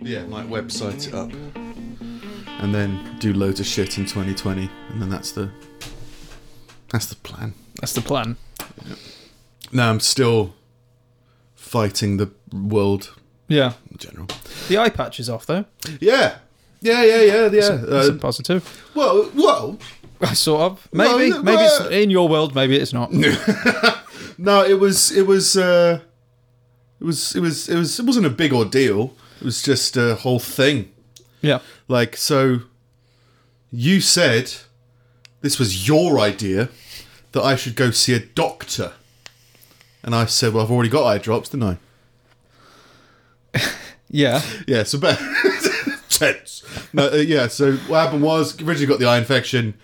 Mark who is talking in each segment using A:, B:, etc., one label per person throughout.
A: website it up, and then do loads of shit in 2020, and then that's the that's the plan.
B: That's the plan.
A: No, I'm still fighting the world
B: Yeah.
A: in general.
B: The eye patch is off though.
A: Yeah, yeah, yeah, yeah, yeah.
B: That's a
A: Uh,
B: positive.
A: well, well,
B: Sort of.
A: Well,
B: Maybe.
A: no, uh,
B: maybe it's
A: well-
B: in your world. Maybe it's not.
A: No, it was it was uh, it was it was it was it wasn't a big ordeal. It was just a whole thing.
B: Yeah.
A: Like so, you said this was your idea that I should go see a doctor, and I said, "Well, I've already got eye drops, didn't I?"
B: Yeah.
A: Yeah, so bad. Tense. No, uh, yeah, so what happened was originally got the eye infection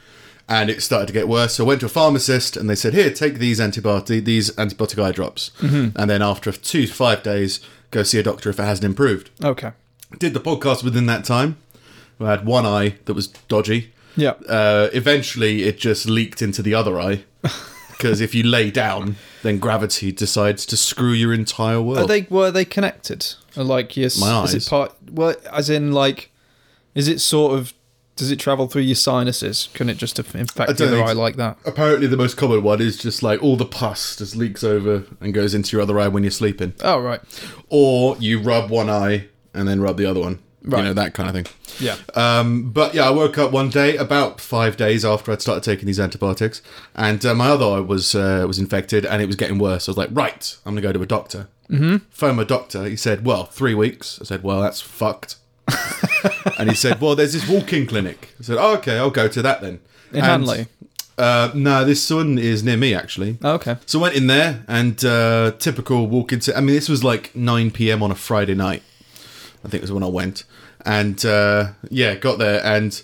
A: and it started to get worse. So I went to a pharmacist and they said, Here, take these antibiotic these antibiotic eye drops. And then after two to five days, go see a doctor if it hasn't improved.
B: Okay.
A: Did the podcast within that time. I had one eye that was dodgy.
B: Yeah.
A: Uh, eventually, it just leaked into the other eye. Because if you lay down, then gravity decides to screw your entire
B: Are
A: world.
B: they were they connected? Or like yes,
A: My
B: is
A: eyes.
B: it part? Well, as in like, is it sort of? Does it travel through your sinuses? Can it just infect the
A: don't
B: other
A: think
B: eye
A: so.
B: like that?
A: Apparently, the most common one is just like all the pus just leaks over and goes into your other eye when you're sleeping,
B: Oh right,
A: or you rub one eye and then rub the other one,
B: Right.
A: you know that kind of thing.
B: yeah.
A: Um, but yeah, I woke up one day about five days after I'd started taking these antibiotics, and uh, my other eye was uh, was infected, and it was getting worse. I was like, right, I'm gonna go to a doctor. Mm-hmm. Phone my doctor. He said, well, three weeks. I said, well, that's fucked. and he said, well, there's this walk-in clinic. I said, oh, okay, I'll go to that then.
B: In
A: And-
B: Hanley.
A: Uh, no, this one is near me actually.
B: Oh, okay.
A: So I went in there and uh, typical walk into. I mean, this was like 9 p.m. on a Friday night. I think was when I went, and uh, yeah, got there and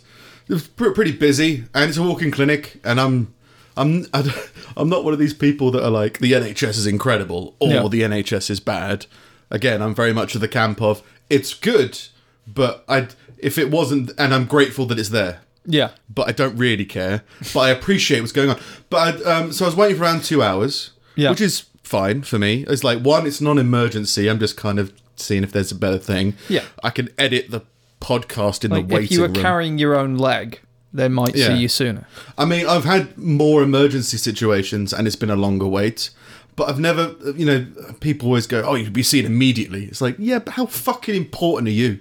A: it was pr- pretty busy. And it's a walk-in clinic, and I'm. I'm I don't- I'm not one of these people that are like the NHS is incredible or
B: Yeah.
A: the NHS is bad. Again, I'm very much of the camp of it's good, but I if it wasn't, and I'm grateful that it's there
B: Yeah.
A: but I don't really care. But I appreciate what's going on. But I, um, so I was waiting for around two hours,
B: Yeah.
A: which is fine for me. It's like one, it's non-emergency. I'm just kind of seeing if there's a better thing.
B: Yeah.
A: I can edit the podcast in
B: Like
A: the waiting
B: if you were
A: room.
B: carrying your own leg, they might
A: Yeah.
B: see you sooner.
A: I mean, I've had more emergency situations, and it's been a longer wait. But I've never, you know, people always go, "Oh, you'd be seen immediately." It's like, yeah, but how fucking important are you?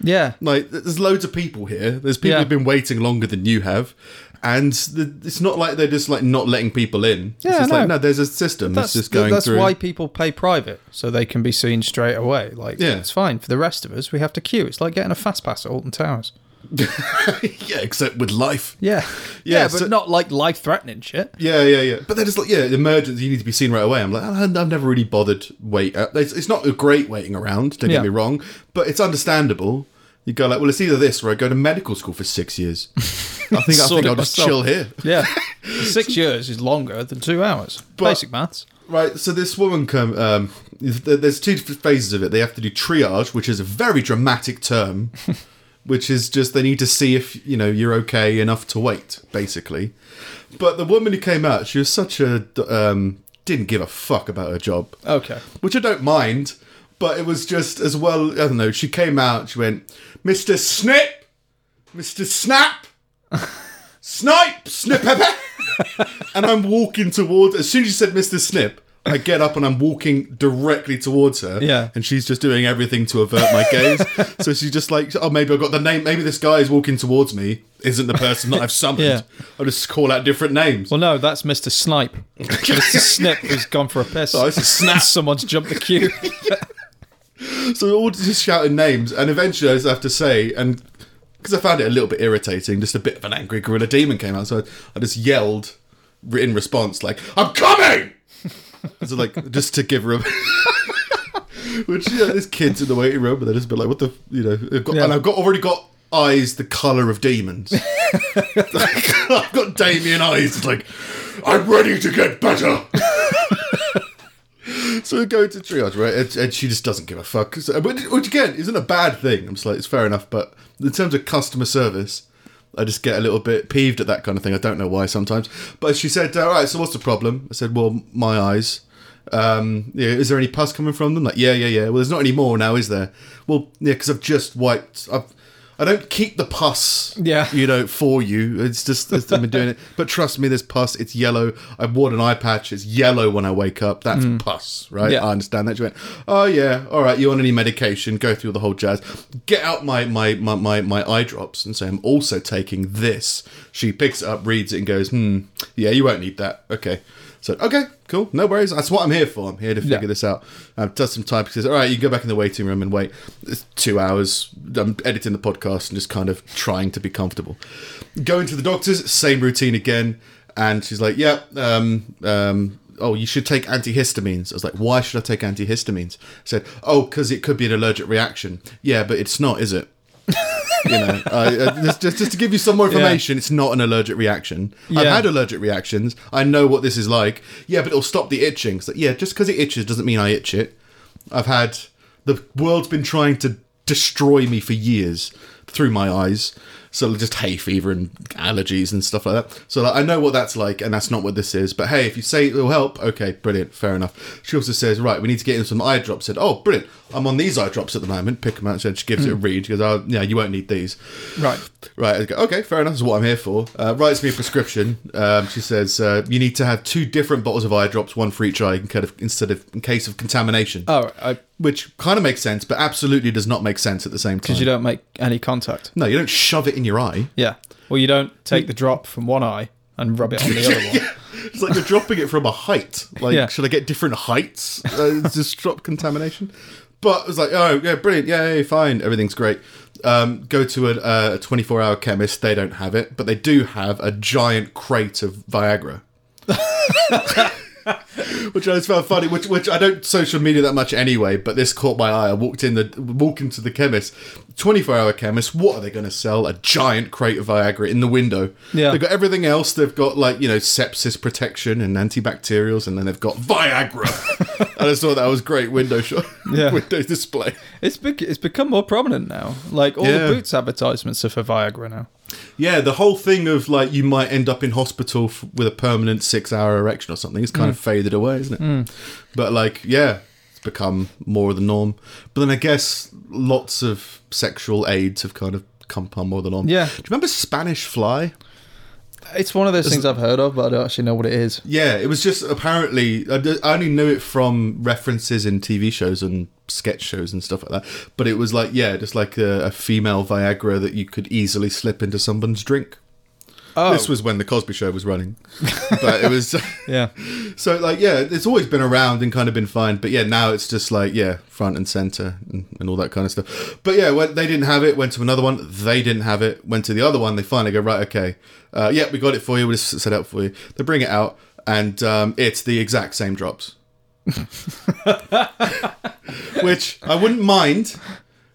B: Yeah.
A: Like, th- there's loads of people here. There's people
B: Yeah.
A: who've been waiting longer than you have, and the, it's not like they're just like not letting people in.
B: Yeah,
A: it's just like
B: no.
A: no, there's a system that's,
B: That's
A: just going
B: that's
A: through.
B: why people pay private, so they can be seen straight away. Like
A: Yeah.
B: it's fine. For the rest of us, we have to queue. It's like getting a fast pass at Alton Towers.
A: yeah, except with life.
B: Yeah.
A: Yeah,
B: Yeah,
A: so-
B: but not like life threatening shit.
A: Yeah, yeah, yeah. But they're just like, yeah, emergency. You need to be seen right away. I'm like, I- I've never really bothered wait. uh, It's, it's not a great waiting around. Don't
B: Yeah.
A: get me wrong, but it's understandable. You go like, well, it's either this or I go to medical school for six years. I think I
B: Sort
A: think
B: it
A: I'll just
B: myself.
A: chill here.
B: Yeah. Six years is longer than two hours.
A: But-
B: Basic maths.
A: Right, so this woman come. Um, th- there's two phases of it. They have to do triage, which is a very dramatic term, which is just they need to see if you know you're okay enough to wait, basically. But the woman who came out, she was such a d- um, didn't give a fuck about her job
B: Okay.
A: which I don't mind, but it was just as well. I don't know. She came out. She went, Mister Snip, Mister Snap, Snipe, Snip, and I'm walking towards. As soon as she said Mister Snip. I get up and I'm walking directly towards her.
B: Yeah.
A: And she's just doing everything to avert my gaze. so she's just like, oh, maybe I've got the name. Maybe this guy is walking towards me isn't the person that I've summoned.
B: Yeah.
A: I'll just call out different names.
B: Well, no, that's Mr. Snipe. Mr. Snip has gone for a piss.
A: Oh, it's a snap.
B: Someone's jumped the queue.
A: So we're all just shouting names, and eventually I just have to say, and because I found it a little bit irritating, just a bit of an angry gorilla demon came out, so I, I just yelled re- in response, like, "I'm coming!" so like just to give her a. Which you know, there's kids in the waiting room, but they're just been like, "What the?" f- You know, I've got,
B: Yeah.
A: and I've got already got eyes the color of demons. I've got Damien eyes. It's like, I'm ready to get better. so we go to triage, right? And, and she just doesn't give a fuck. So, which, which again isn't a bad thing. I'm just like, it's fair enough. But in terms of customer service, I just get a little bit peeved at that kind of thing. I don't know why sometimes. But she said, "All right, so what's the problem?" I said, "Well, my eyes." Um, yeah, is there any pus coming from them? Like, yeah, yeah, yeah. Well, there's not any more now, is there? Well, yeah, because I've just wiped. I've, I don't keep the pus,
B: Yeah.
A: you know, for you. It's just it's, I've been doing it. But trust me, there's pus. It's yellow. I wore an eye patch. It's yellow when I wake up. That's pus, right?
B: Yeah.
A: I understand that. She went, oh yeah, all right. You on any medication? Go through the whole jazz. Get out my my my my, my eye drops and say I'm also taking this. She picks it up, reads it, and goes, hmm, yeah, you won't need that. Okay. So okay, cool, no worries. That's what I'm here for. I'm here to figure
B: Yeah.
A: this out. Um, does some time. She says, all right, you can go back in the waiting room and wait. It's two hours. I'm editing the podcast and just kind of trying to be comfortable. Going to the doctors, same routine again. And she's like, yeah, um, um, oh, you should take antihistamines. I was like, why should I take antihistamines? I said, oh, because it could be an allergic reaction. Yeah, but it's not, is it? you know, uh, uh, just, just, just to give you some more information, it's not an allergic reaction. I've
B: Yeah.
A: had allergic reactions. I know what this is like. Yeah, but it'll stop the itching. So, yeah, just because it itches doesn't mean I itch it. I've had the world's been trying to destroy me for years through my eyes. So just hay fever and allergies and stuff like that. So like, I know what that's like, and that's not what this is. But hey, if you say it'll help, okay, brilliant, fair enough. She also says, right, we need to get in some eye drops. Said, oh, brilliant, I'm on these eye drops at the moment. Pick them out. Said she gives it a read. She goes, oh, yeah, you won't need these.
B: Right.
A: Right, I go, okay, fair enough. That's what I'm here for. Uh, writes me a prescription. Um, she says uh, you need to have two different bottles of eye drops, one for each eye, in kind of instead of in case of contamination,
B: Oh, I
A: which kind of makes sense, but absolutely does not make sense at the same time.
B: because you don't make any contact.
A: no, you don't shove it in your eye.
B: Yeah. Well, you don't take the drop from one eye and rub it on the other one.
A: It's like you're dropping it from a height. Like,
B: Yeah.
A: should I get different heights? Uh, just drop contamination. But it was like, oh yeah, brilliant, yay, fine, everything's great. Um, go to a- a 24 hour chemist. They don't have it, but they do have a giant crate of Viagra. which I just found funny. Which which I don't social media that much anyway, but this caught my eye. I walked in the walk into the chemist, twenty four hour chemist. What are they going to sell? A giant crate of Viagra in the window.
B: Yeah.
A: they've got everything else. They've got like you know sepsis protection and antibacterials, and then they've got Viagra. and I just thought that was great window shot,
B: Yeah.
A: window display.
B: It's bec- it's become more prominent now. Like all
A: Yeah.
B: the Boots advertisements are for Viagra now.
A: Yeah, the whole thing of like you might end up in hospital f- with a permanent six hour erection or something is kind
B: Mm.
A: of faded away, isn't it? But like, yeah, it's become more of the norm. But then I guess lots of sexual aids have kind of come upon more of the norm.
B: Yeah.
A: Do you remember Spanish fly?
B: It's one of those things I've heard of, but I don't actually know what it is.
A: Yeah, it was just apparently I d- I only knew it from references in TV shows and sketch shows and stuff like that. But it was like yeah, just like a, a female Viagra that you could easily slip into someone's drink.
B: Oh,
A: This was when the Cosby Show was running, but it was
B: yeah.
A: so like yeah, it's always been around and kind of been fine, but yeah, now it's just like yeah, front and center and, and all that kind of stuff. But yeah, when they didn't have it, went to another one. They didn't have it, went to the other one. They finally go right, okay, uh, yeah, we got it for you. We just set it up for you. They bring it out, and um, it's the exact same drops, which I wouldn't mind.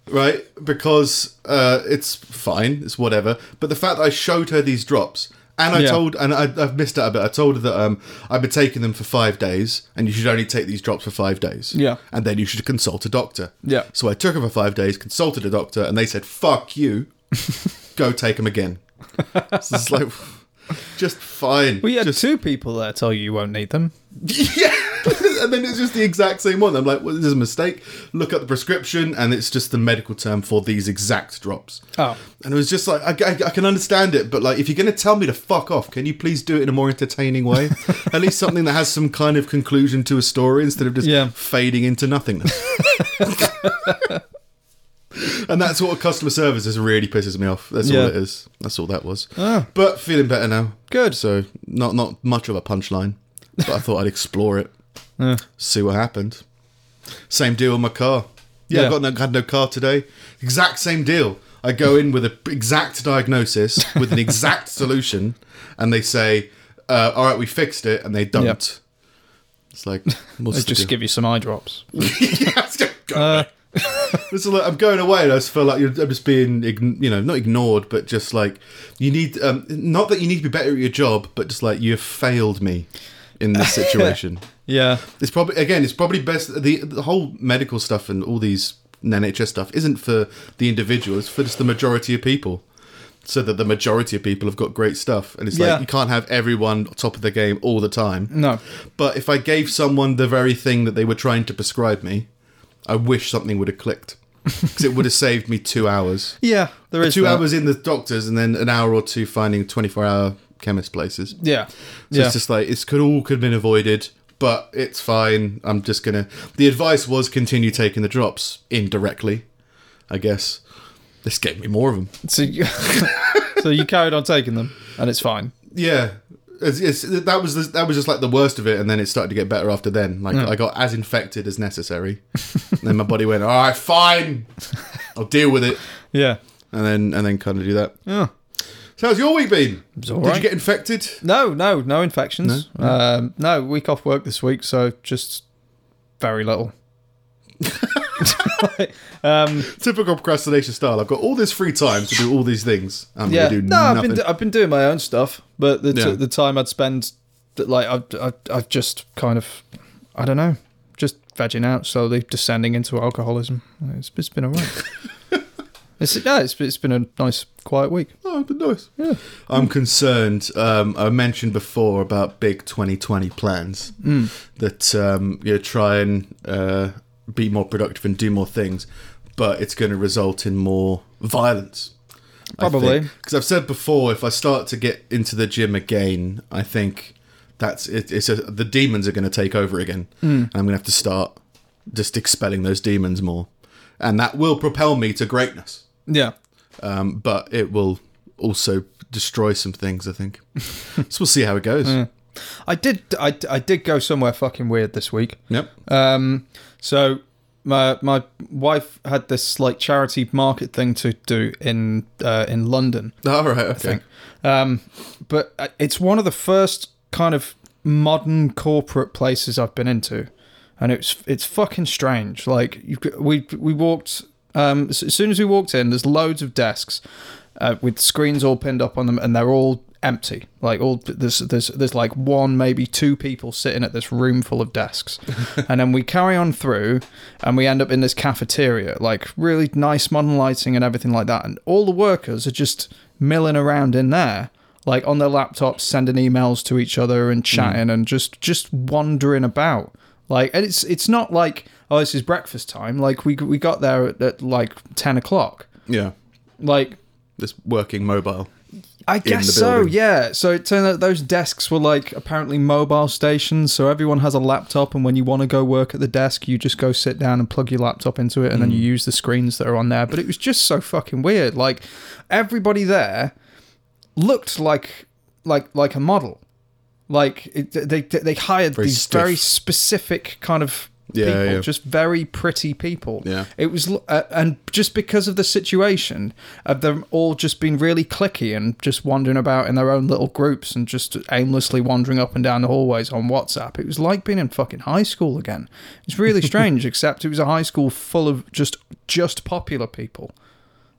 A: Right, because uh, it's fine, it's whatever. But the fact that I showed her these drops, and I
B: Yeah.
A: told and I, I've missed out a bit. I told her that um, I've been taking them for five days, and you should only take these drops for five days.
B: Yeah.
A: and then you should consult a doctor.
B: Yeah.
A: So I took them for five days, consulted a doctor, and they said, "Fuck you, go take them again." so it's like, just fine.
B: We had
A: just,
B: two people there tell you you won't need them.
A: yeah. and then it's just the exact same one. I'm like, well, this is a mistake. Look at the prescription, and it's just the medical term for these exact drops.
B: Oh.
A: And it was just like, I, I- I can understand it, but like, if you're going to tell me to fuck off, can you please do it in a more entertaining way? At least something that has some kind of conclusion to a story instead of just
B: Yeah.
A: fading into nothingness. and that's what customer service is really pisses me off. That's all
B: Yeah.
A: it is. That's all that was.
B: Ah.
A: But feeling better now.
B: Good.
A: So not not much of a punchline, but I thought I'd explore it,
B: Yeah.
A: see what happened. Same deal on my car. Yeah, I
B: Yeah.
A: got no, had no car today. Exact same deal. I go in with an exact diagnosis with an exact solution, and they say, uh, "All right, we fixed it," and they don't. It's like
B: They
A: what's the
B: just Uh.
A: deal?
B: give you some eye drops.
A: yeah, it's just- It's like I'm going away, and I just feel like you're I'm just being, ign- you know, not ignored, but just like you need, um, not that you need to be better at your job, but just like you've failed me in this situation.
B: Yeah.
A: it's probably again, it's probably best the the whole medical stuff and all these NHS stuff isn't for the individual; it's for just the majority of people. so that the majority of people have got great stuff. And it's
B: Yeah.
A: like you can't have everyone top of the game all the time.
B: No.
A: But if I gave someone the very thing that they were trying to prescribe me, I wish something would have clicked because it would have saved me two hours.
B: Yeah, there is
A: Two
B: that.
A: hours in the doctors and then an hour or two finding 24 hour chemist places.
B: Yeah,
A: So
B: yeah,
A: it's just like it's could all could have been avoided, but it's fine. I'm just gonna. The advice was continue taking the drops indirectly, I guess. This gave me more of them.
B: so you, so you carried on taking them, and it's fine.
A: Yeah, it's, it's, that was the, that was just like the worst of it, and then it started to get better after then. Like I got as infected as necessary, and then my body went, "All right, fine, I'll deal with it,"
B: Yeah,
A: and then and then kind of do that.
B: yeah.
A: So how's your week been?
B: all
A: Did
B: right.
A: you get infected?
B: No, no, no infections. No, um, no week off work this week, so just very little. um,
A: Typical procrastination style. I've got all this free time to do all these things. I'm
B: yeah,
A: gonna do
B: no, I've
A: nothing.
B: been do- I've been doing my own stuff, but the t-
A: Yeah.
B: the time I'd spend, that, like I've, I've I've just kind of, I don't know, just vegging out slowly, descending into alcoholism. It's, it's been alright. it's yeah, it's, it's been a nice quiet week.
A: Oh, but nice.
B: Yeah.
A: I'm concerned. Um, I mentioned before about big 2020 plans
B: Mm.
A: that um, you know, try and uh, be more productive and do more things, but it's going to result in more violence.
B: Probably.
A: because I've said before, if I start to get into the gym again, I think that's it, it's a, the demons are going to take over again,
B: Mm.
A: and I'm going to have to start just expelling those demons more, and that will propel me to greatness
B: Yeah,
A: um, but it will also destroy some things. I think. so we'll see how it goes.
B: I did I, I did go somewhere fucking weird this week.
A: Yep.
B: Um, so my my wife had this like charity market thing to do in uh, in London.
A: All right. Okay.
B: thing. Um, but uh, it's one of the first kind of modern corporate places I've been into, and it's it's fucking strange. Like you, we we walked. Um, as as soon as we walked in, there's loads of desks uh, with screens all pinned up on them, and they're all empty. Like all there's there's there's like one maybe two people sitting at this room full of desks, and then we carry on through, and we end up in this cafeteria, like really nice modern lighting and everything like that, and all the workers are just milling around in there, like on their laptops, sending emails to each other and chatting and just just wandering about. Like, and it's it's not like oh this is breakfast time. Like we we got there at, at like ten o'clock.
A: Yeah.
B: Like
A: This working mobile.
B: I guess
A: the
B: so,
A: building.
B: yeah. So it turned out those desks were like apparently mobile stations. So everyone has a laptop, and when you want to go work at the desk, you just go sit down and plug your laptop into it, and then you
A: Mm.
B: use the screens that are on there. But it was just so fucking weird. Like everybody there looked like like like a model. Like it, they they- they hired these
A: stiff.
B: very specific kind of
A: Yeah,
B: people,
A: yeah.
B: just very pretty people.
A: Yeah.
B: It was, l- uh, and just because of the situation of them all just being really clicky and just wandering about in their own little groups and just aimlessly wandering up and down the hallways on WhatsApp, it was like being in fucking high school again. It's really strange, except it was a high school full of just just popular people.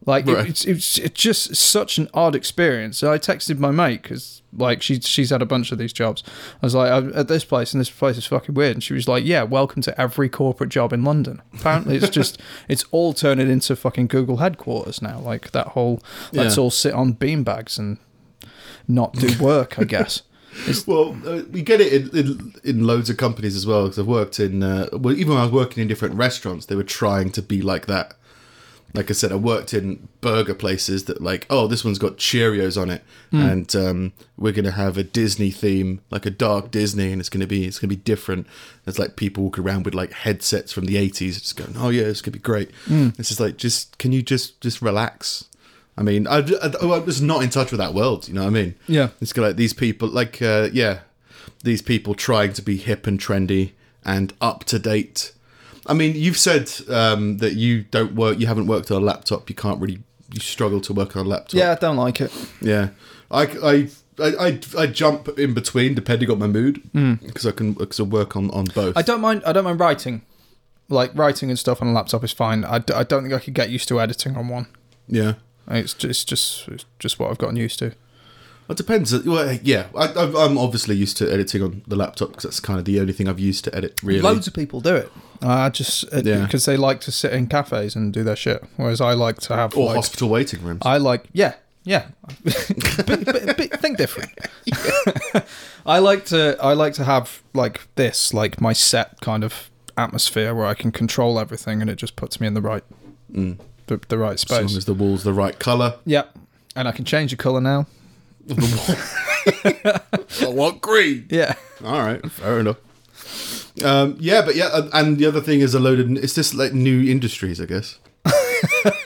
B: Like it,
A: Right.
B: it's, it's it's just such an odd experience. So I texted my mate because like she she's had a bunch of these jobs. I was like I'm at this place and this place is fucking weird. And she was like, yeah, welcome to every corporate job in London. Apparently it's just it's all turning into fucking Google headquarters now. Like that whole let's
A: Yeah.
B: all sit on beanbags and not do work. I guess.
A: Well, uh, we get it in, in, in loads of companies as well. Because I've worked in, uh, well, even when I was working in different restaurants, they were trying to be like that. Like I said, I worked in burger places that, like, oh, this one's got Cheerios on it, and um, we're gonna have a Disney theme, like a dark Disney, and it's gonna be it's gonna be different. There's like people walking around with like headsets from the '80s, just going, oh yeah, it's gonna be great. It's just like, just can you just just relax? I mean, I, I, I was not in touch with that world. You know what I mean?
B: Yeah.
A: It's got like these people, like uh, yeah, these people trying to be hip and trendy and up to date. I mean, you've said um, that you don't work, you haven't worked on a laptop, you can't really, you struggle to work on a laptop.
B: Yeah, I don't like it.
A: yeah. I, I, I, I, I jump in between depending on my mood because I can because I work on on both.
B: Hmm. I don't mind. I don't mind writing. Like writing and stuff on a laptop is fine. I, d- I don't think I could get used to editing on one.
A: yeah.
B: It's just, it's just it's just what I've gotten used to.
A: It depends. Well, yeah, I, I've- I'm obviously used to editing on the laptop because that's kind of the only thing I've used to edit. Really,
B: Loads of people do it. I just uh, because
A: Yeah.
B: they like to sit in cafes and do their shit, whereas I like to have
A: or
B: like
A: hospital waiting rooms.
B: I like yeah Yeah, bit, bit, bit, think different. I like to I like to have like this like my set kind of atmosphere where I can control everything and it just puts me in the right the, the right
A: Mm. As
B: space.
A: long as the wall's the right colour.
B: yeah, and I can change the color now.
A: I want green.
B: Yeah,
A: All right, fair enough. Um, yeah, but yeah, uh, and the other thing is a load of it's just like new industries, I guess.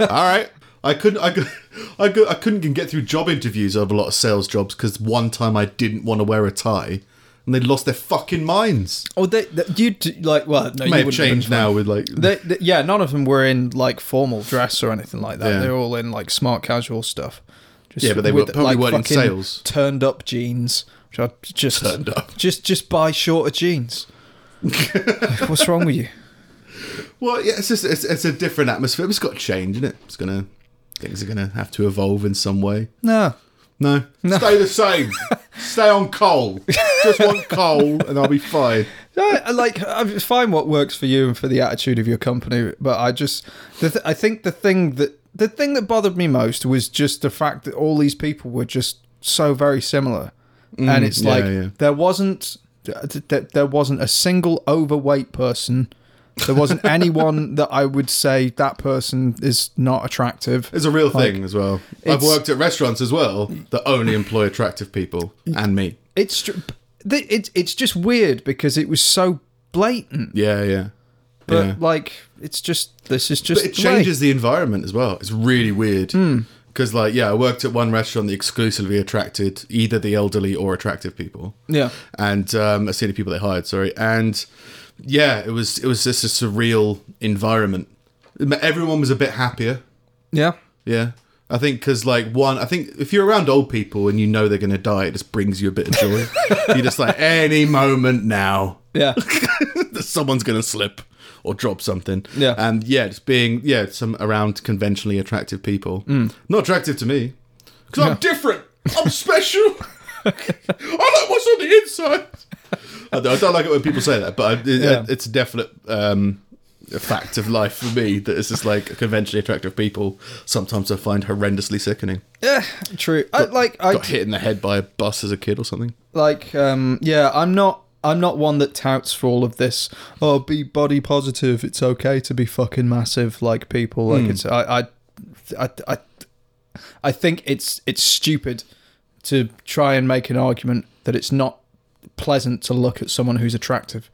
A: All right, I couldn't, I, could, I, could, I couldn't even get through job interviews of a lot of sales jobs because one time I didn't want to wear a tie, and they lost their fucking minds.
B: or Oh, they, they you'd like well no, you
A: May have
B: wouldn't have been
A: changed now with like
B: They, they, yeah, none of them were in like formal dress or anything like that.
A: Yeah.
B: They're all in like smart casual stuff. Just
A: Yeah, but they were-
B: with,
A: probably weren't in
B: fucking
A: sales.
B: Turned up jeans. Which I just
A: Turned up.
B: Just just buy shorter jeans. Like, what's wrong with you?
A: Well, yeah, it's just it's, it's a different atmosphere. It's got to change, isn't it? It's gonna things are gonna have to evolve in some way.
B: No.
A: No, stay the same. stay on coal. Just want coal, and I'll be fine.
B: I, I like I find what works for you and for the attitude of your company, but I just the th- I think the thing that the thing that bothered me most was just the fact that all these people were just so very similar, and it's
A: Mm, yeah,
B: like
A: yeah.
B: there wasn't th- th- there wasn't a single overweight person. There wasn't anyone that I would say that person is not attractive.
A: It's a real thing as well. I've
B: it's-
A: worked at restaurants as well that only employ attractive people and me.
B: It's tr- th- it's it's just weird because it was so blatant,
A: Yeah, yeah.
B: but
A: yeah.
B: like it's just this is just
A: But it
B: the way.
A: changes the environment as well. It's really weird.
B: Hmm.
A: Because, like, yeah, I worked at one restaurant that exclusively attracted either the elderly or attractive people.
B: Yeah.
A: and um, I see the people they hired. Sorry, and yeah, it was it was just a surreal environment. Everyone was a bit happier.
B: Yeah.
A: Yeah, I think because like one, I think if you're around old people and you know they're gonna die, it just brings you a bit of joy. you're just like any moment now,
B: Yeah.
A: someone's gonna slip or drop something.
B: Yeah.
A: and yeah, just being yeah some around conventionally attractive people,
B: Mm.
A: not attractive to me because I'm different. I'm special. I like what's on the inside. I don't, I don't like it when people say that, but I, it,
B: Yeah.
A: it's a definite um, a fact of life for me that it's just like conventionally attractive people sometimes I find horrendously sickening.
B: Yeah, true. I, like I
A: Got hit in the head by a bus as a kid or something.
B: like um yeah, I'm not I'm not one that touts for all of this. Oh, be body positive. It's okay to be fucking massive like people. Like it's I, I I I I think it's it's stupid to try and make an argument that it's not pleasant to look at someone who's attractive.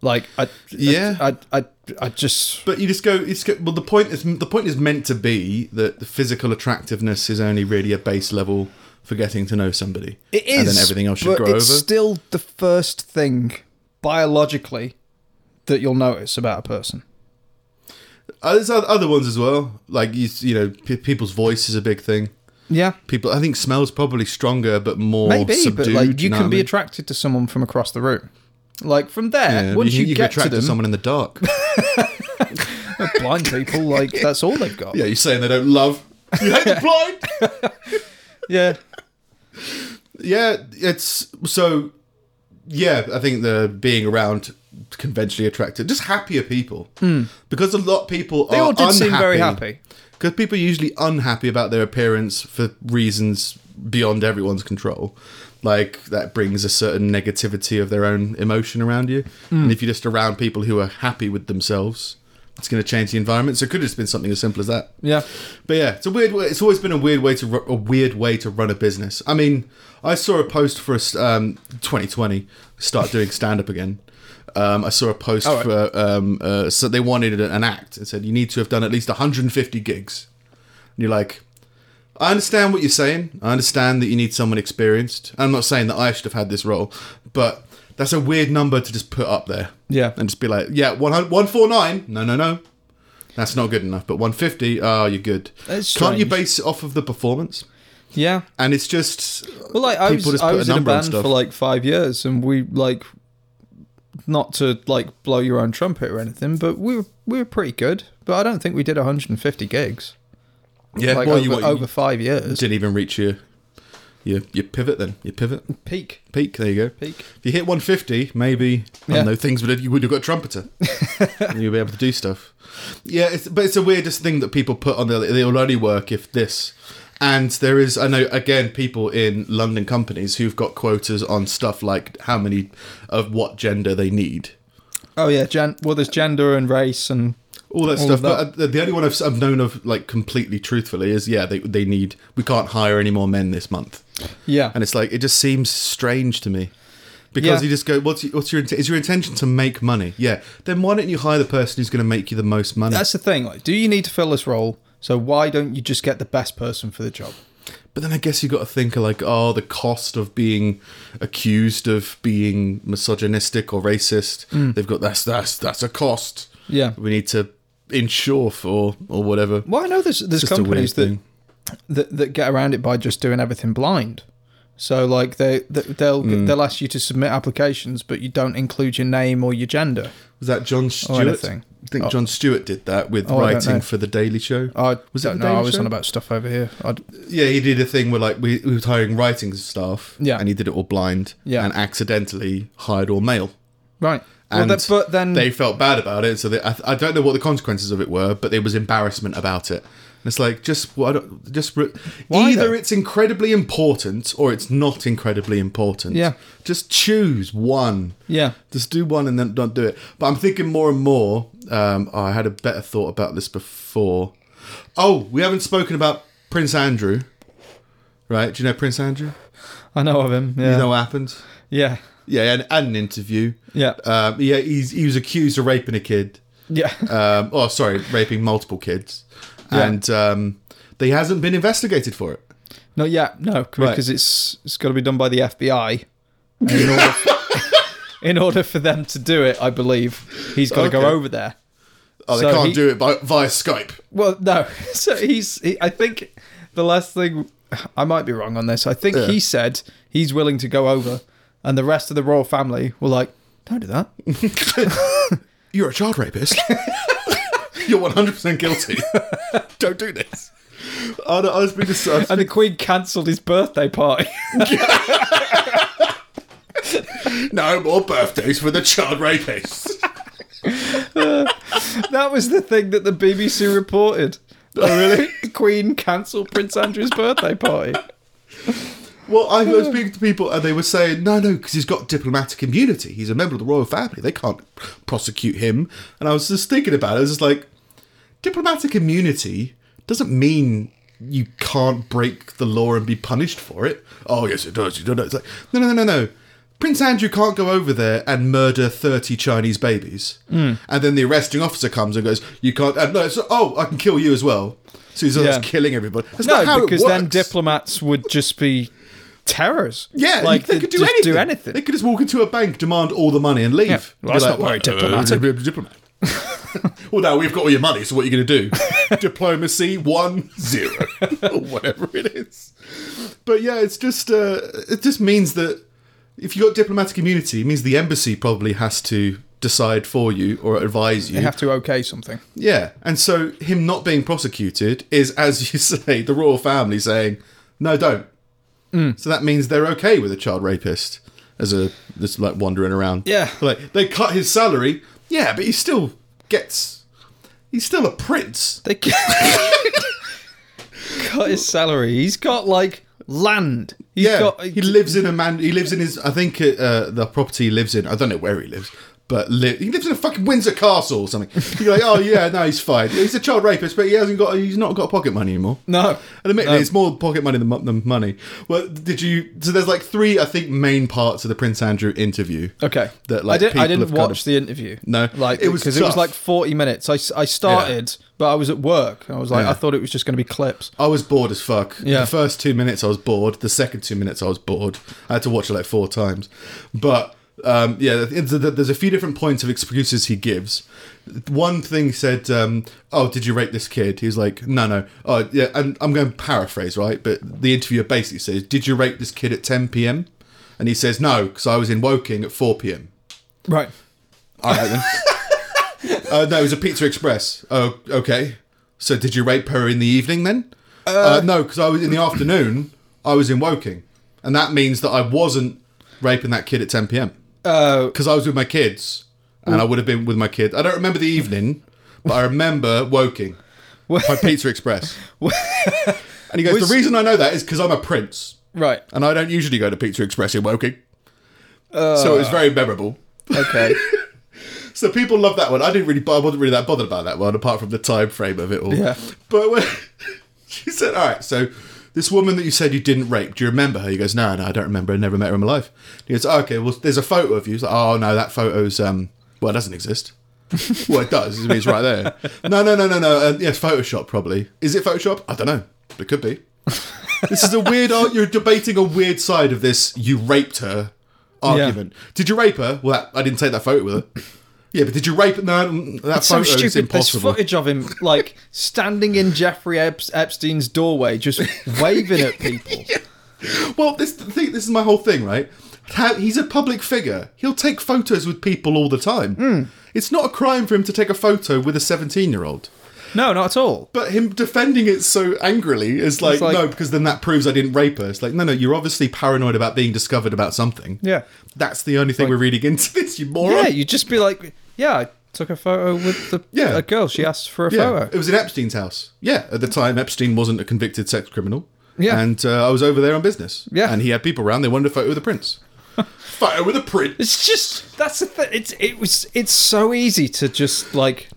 B: Like I
A: Yeah.
B: I I, I, I just
A: But you just go. It's go, well. The point is. The point is meant to be that the physical attractiveness is only really a base level for getting to know somebody.
B: It is.
A: And then everything else should
B: but
A: grow
B: it's
A: over.
B: still the first thing biologically that you'll notice about a person.
A: Uh, There's oth- other ones as well. Like you, you know, pe people's voice is a big thing.
B: Yeah.
A: People, I think smell's probably stronger, but more
B: Maybe,
A: subdued.
B: but like you
A: know
B: can
A: what I
B: be
A: mean?
B: attracted to someone from across the room. Like from there,
A: Yeah,
B: once
A: you,
B: you,
A: can- you can
B: get
A: attract
B: to them,
A: someone in the dark.
B: blind people, like that's all they've got.
A: yeah, you're saying they don't love. You hate the blind.
B: Yeah.
A: yeah, it's so. Yeah, I think the being around conventionally attractive, just happier people, because a lot of people
B: Hmm. They
A: are
B: all did seem very
A: unhappy.
B: happy.
A: Because people are usually unhappy about their appearance for reasons beyond everyone's control. Like that brings a certain negativity of their own emotion around you.
B: Hmm.
A: And if you're just around people who are happy with themselves, it's going to change the environment. So it could have just been something as simple as that.
B: Yeah.
A: But yeah, it's a weird. way It's always been a weird way to ru- a weird way to run a business. I mean, I saw a post for us, um, 2020 start doing stand up again. Um, I saw a post
B: All right.
A: for um, uh, so they wanted an act and said you need to have done at least 150 gigs. And you're like, I understand what you're saying. I understand that you need someone experienced. I'm not saying that I should have had this role, but that's a weird number to just put up there.
B: Yeah.
A: And just be like, yeah, 100 149. No, no, no. That's not good enough. But 150, oh, you're good.
B: That's
A: Can't you
B: strange.
A: base it off of the performance?
B: Yeah.
A: And it's just.
B: Well, like I
A: People
B: was,
A: just
B: I
A: put a
B: was in a
A: number on
B: band
A: stuff.
B: for like five years, and we like not to like blow your own trumpet or anything, but we were we were pretty good. But I don't think we did 150 gigs
A: Yeah,
B: like
A: well,
B: over,
A: you, what, you
B: over five years.
A: didn't even reach your, your your pivot then. Your pivot
B: Peak,
A: peak. There you go.
B: peak.
A: If you hit 150, maybe I
B: Yeah.
A: don't know things would have, you would have got a trumpeter. and you'll be able to do stuff. Yeah, it's, but it's the weirdest thing that people put on there. They will only work if this, And there is, I know, again, people in London companies who've got quotas on stuff like how many of what gender they need,
B: Oh yeah, gen- well, there's gender and race and
A: all that
B: All of
A: stuff. But uh, the only one I've, I've known of, like completely truthfully, is yeah, they they need we can't hire any more men this month,
B: yeah,
A: and it's like it just seems strange to me. Because
B: Yeah.
A: you just go, what's your, what's your int- is your intention to make money? Yeah, then why don't you hire the person who's going to make you the most money?
B: that's the thing. Like, do you need to fill this role? So why don't you just get the best person for the job?
A: But then I guess you've got to think of like, oh, the cost of being accused of being misogynistic or racist.
B: Hmm.
A: They've got that's that's that's a cost.
B: Yeah.
A: We need to insure for or whatever.
B: Well, I know there's there's
A: Just a
B: companies
A: weird
B: that, that that get around it by just doing everything blind. So like they they- they'll
A: Mm.
B: they'll ask you to submit applications, but you don't include your name or your gender.
A: Was that John Stewart?
B: Oh, anything.
A: I think John Stewart did that with
B: Oh, I don't know. Oh,
A: writing for the Daily Show.
B: I
A: Was it
B: don't
A: the
B: know. I
A: Daily
B: was
A: Show?
B: on about stuff over here. I'd,
A: yeah, he did a thing where like we, we were hiring writing staff,
B: Yeah.
A: and he did it all blind,
B: Yeah.
A: and accidentally hired all male.
B: right. Well,
A: And
B: then- but then
A: they felt bad about it. So they, I, I don't know what the consequences of it were, but there was embarrassment about it. And it's like just what? I don't- Just re-
B: Why,
A: either
B: though?
A: it's incredibly important or it's not incredibly important.
B: Yeah.
A: just choose one.
B: yeah,
A: Just do one and then don't do it. But I'm thinking more and more. Um, oh, I had a better thought about this before. Oh, we haven't spoken about Prince Andrew, right? Do you know Prince Andrew?
B: I know of him. Yeah,
A: You know what happened?
B: yeah,
A: Yeah, and, and an interview.
B: yeah,
A: Um, yeah, he's, he was accused of raping a kid
B: yeah.
A: um, oh sorry raping multiple kids
B: Yeah.
A: and um, they hasn't been investigated for it
B: Not yet, no, because
A: Right.
B: it's it's got to be done by the FBI. And In order, in order for them to do it, I believe he's got to
A: Okay.
B: go over there.
A: oh they
B: So
A: can't
B: he-
A: do it by, via skype
B: Well, no, so he's. He, I think the last thing I might be wrong on this. I think he said he's willing to go over, and the rest of the royal family were like, "Don't do that."
A: you're a child rapist you're 100% guilty don't do this I, don't- I was being just, I was
B: And the Queen cancelled his birthday party.
A: no more birthdays for the child rapists
B: that was the thing that the BBC reported. Oh, really? the Queen cancelled Prince Andrew's birthday party.
A: well I was speaking to people and they were saying no no because he's got diplomatic immunity he's a member of the royal family they can't prosecute him and I was just thinking about it I was just like diplomatic immunity doesn't mean you can't break the law and be punished for it. Oh yes, it does. You don't know. It's like no, no, no, no, no. Prince Andrew can't go over there and murder thirty Chinese babies,
B: Hmm.
A: and then the arresting officer comes and goes, "You can't." And no, it's, oh, I can kill you as well. So he's
B: Yeah.
A: just killing everybody. That's not
B: No,
A: how
B: because
A: it works.
B: then diplomats would just be terrors.
A: yeah,
B: like
A: they could do
B: just
A: anything.
B: do anything.
A: They could just walk into a bank, demand all the money, and leave.
B: Yeah. Well, that's not very diplomatic."
A: Uh, diplomat. well, now we've got all your money, so what are you going to do? Diplomacy one zero, or whatever it is. But yeah, it's just uh, it just means that if you got diplomatic immunity, it means the embassy probably has to decide for you or advise you.
B: have to okay something.
A: Yeah, and so him not being prosecuted is, as you say, the royal family saying, "No, don't."
B: Mm.
A: So that means they're okay with a child rapist as a just like wandering around.
B: Yeah.
A: like they cut his salary. Yeah, but he still gets. He's still a prince.
B: They cut his salary. He's got like land. He's
A: yeah,
B: got
A: he lives in a man. He lives in his. I think uh, the property he lives in. I don't know where he lives, but li- he lives in a fucking Windsor castle or something. You're like, oh yeah, no, he's fine. He's a child rapist, but he hasn't got. He's not got pocket money anymore.
B: no.
A: And admittedly,
B: Um,
A: it's more pocket money than, mo- than money. Well, did you? So there's like three, I think, main parts of the Prince Andrew interview.
B: Okay.
A: That, like,
B: I didn't. I
A: people
B: didn't
A: have kind
B: watch
A: of-
B: the interview.
A: No.
B: like
A: It was
B: because it was
A: tough.
B: like forty minutes. I, s- I started, but I was at work. I was like,
A: Yeah.
B: I thought it was just going to be clips.
A: I was bored as fuck.
B: Yeah.
A: The first two minutes I was bored. The second two minutes I was bored. I had to watch it like four times. But um, yeah, the- the- the- there's a few different points of excuses he gives. One thing he said, um, "Oh, did you rape this kid?" He was like, "No, no." Oh, yeah. And I'm going to paraphrase, right? But the interviewer basically says, "Did you rape this kid at 10 p.m.?" And he says, "No, because I was in Woking at 4 p.m."
B: Right.
A: All right then. uh, no, it was a Pizza Express. Oh, okay. So did you rape her in the evening then? Uh, no, because I was in the afternoon. I was in Woking, and that means that I wasn't raping that kid at 10 p.m.
B: Uh,
A: because I was with my kids, and I would have been with my kids. I don't remember the evening, but I remember Woking by Pizza Express. And he goes,
B: Which-
A: The reason I know that is because I'm a prince.
B: Right.
A: And I don't usually go to Pizza Express in Woking. so it was very memorable.
B: Okay.
A: So people love that one. I didn't really, I wasn't really that bothered about that one, apart from the time frame of it all.
B: Yeah.
A: But when she said, "All right, so this woman that you said you didn't rape, do you remember her?" He goes, "No, no, I don't remember. I never met her in my life." He goes, "Oh, "Okay, well, there's a photo of you." He's like, "Oh no, that photo's um, well, it doesn't exist." well, it does. It's right there. No, no, no, no, no. Uh, yes, Photoshop probably. Is it Photoshop? I don't know. But it could be. this is a weird. ar- You're debating a weird side of this. You raped her argument. Did you rape her? Well, that, I didn't take that photo with her. Yeah, but did you rape? No, mm, that
B: so
A: photo
B: stupid.
A: is impossible.
B: There's footage of him like standing in Jeffrey Ep- Epstein's doorway, just waving at people.
A: Well, this thing, this is my whole thing, right? How, he's a public figure. He'll take photos with people all the time.
B: Hmm.
A: It's not a crime for him to take a photo with a seventeen-year-old.
B: No, not at all.
A: But him defending it so angrily is like,
B: like-
A: no, because then that proves I didn't rape her. It's like, no, no, you're obviously paranoid about being discovered about something.
B: Yeah.
A: That's the only thing we're reading into this, you moron.
B: Yeah, you'd just be like, yeah, I took a photo with the
A: Yeah.
B: a girl. She asked for a
A: Yeah, it
B: photo.
A: was in Epstein's house. Yeah, at the time Epstein wasn't a convicted sex criminal.
B: Yeah.
A: and uh, I was over there on business.
B: Yeah.
A: and he had people around. They wanted a photo with the prince. photo with the prince.
B: It's just that's the thing. It's it was it's so easy to just like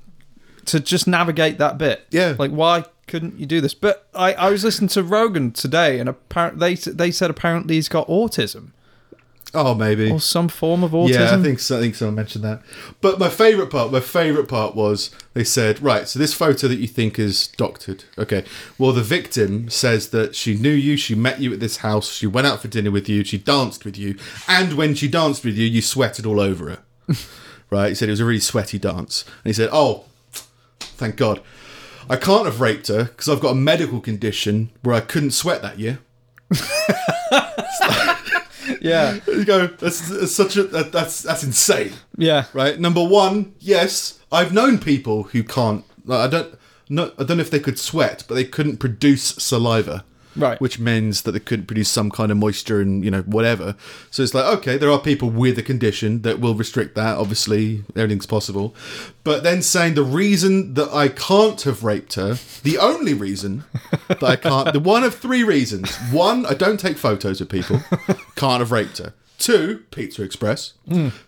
B: to just navigate that bit.
A: Yeah.
B: Like why couldn't you do this? But I I was listening to Rogan today, and apparently they they said apparently he's got autism
A: Oh, maybe.
B: or some form of autism.
A: Yeah, I think so, I think someone mentioned that. But my favourite part, my favourite part was they said, right, so this photo that you think is doctored, okay. Well, the victim says that she knew you, she met you at this house, she went out for dinner with you, she danced with you, and when she danced with you, you sweated all over her. right? He said it was a really sweaty dance, and he said, oh, thank God, I can't have raped her because I've got a medical condition where I couldn't sweat that year.
B: yeah,
A: You go, that's, that's such a that, that's that's insane.
B: yeah.
A: right? Number one, yes, I've known people who can't. like, I don't. No, I don't know if they could sweat, but they couldn't produce saliva.
B: Right.
A: Which means that they couldn't produce some kind of moisture and you know whatever. So it's like okay, there are people with a condition that will restrict that. Obviously, everything's possible. But then saying the reason that I can't have raped her, the only reason that I can't, the one of three reasons: one, I don't take photos of people, can't have raped her. Two, Pizza Express.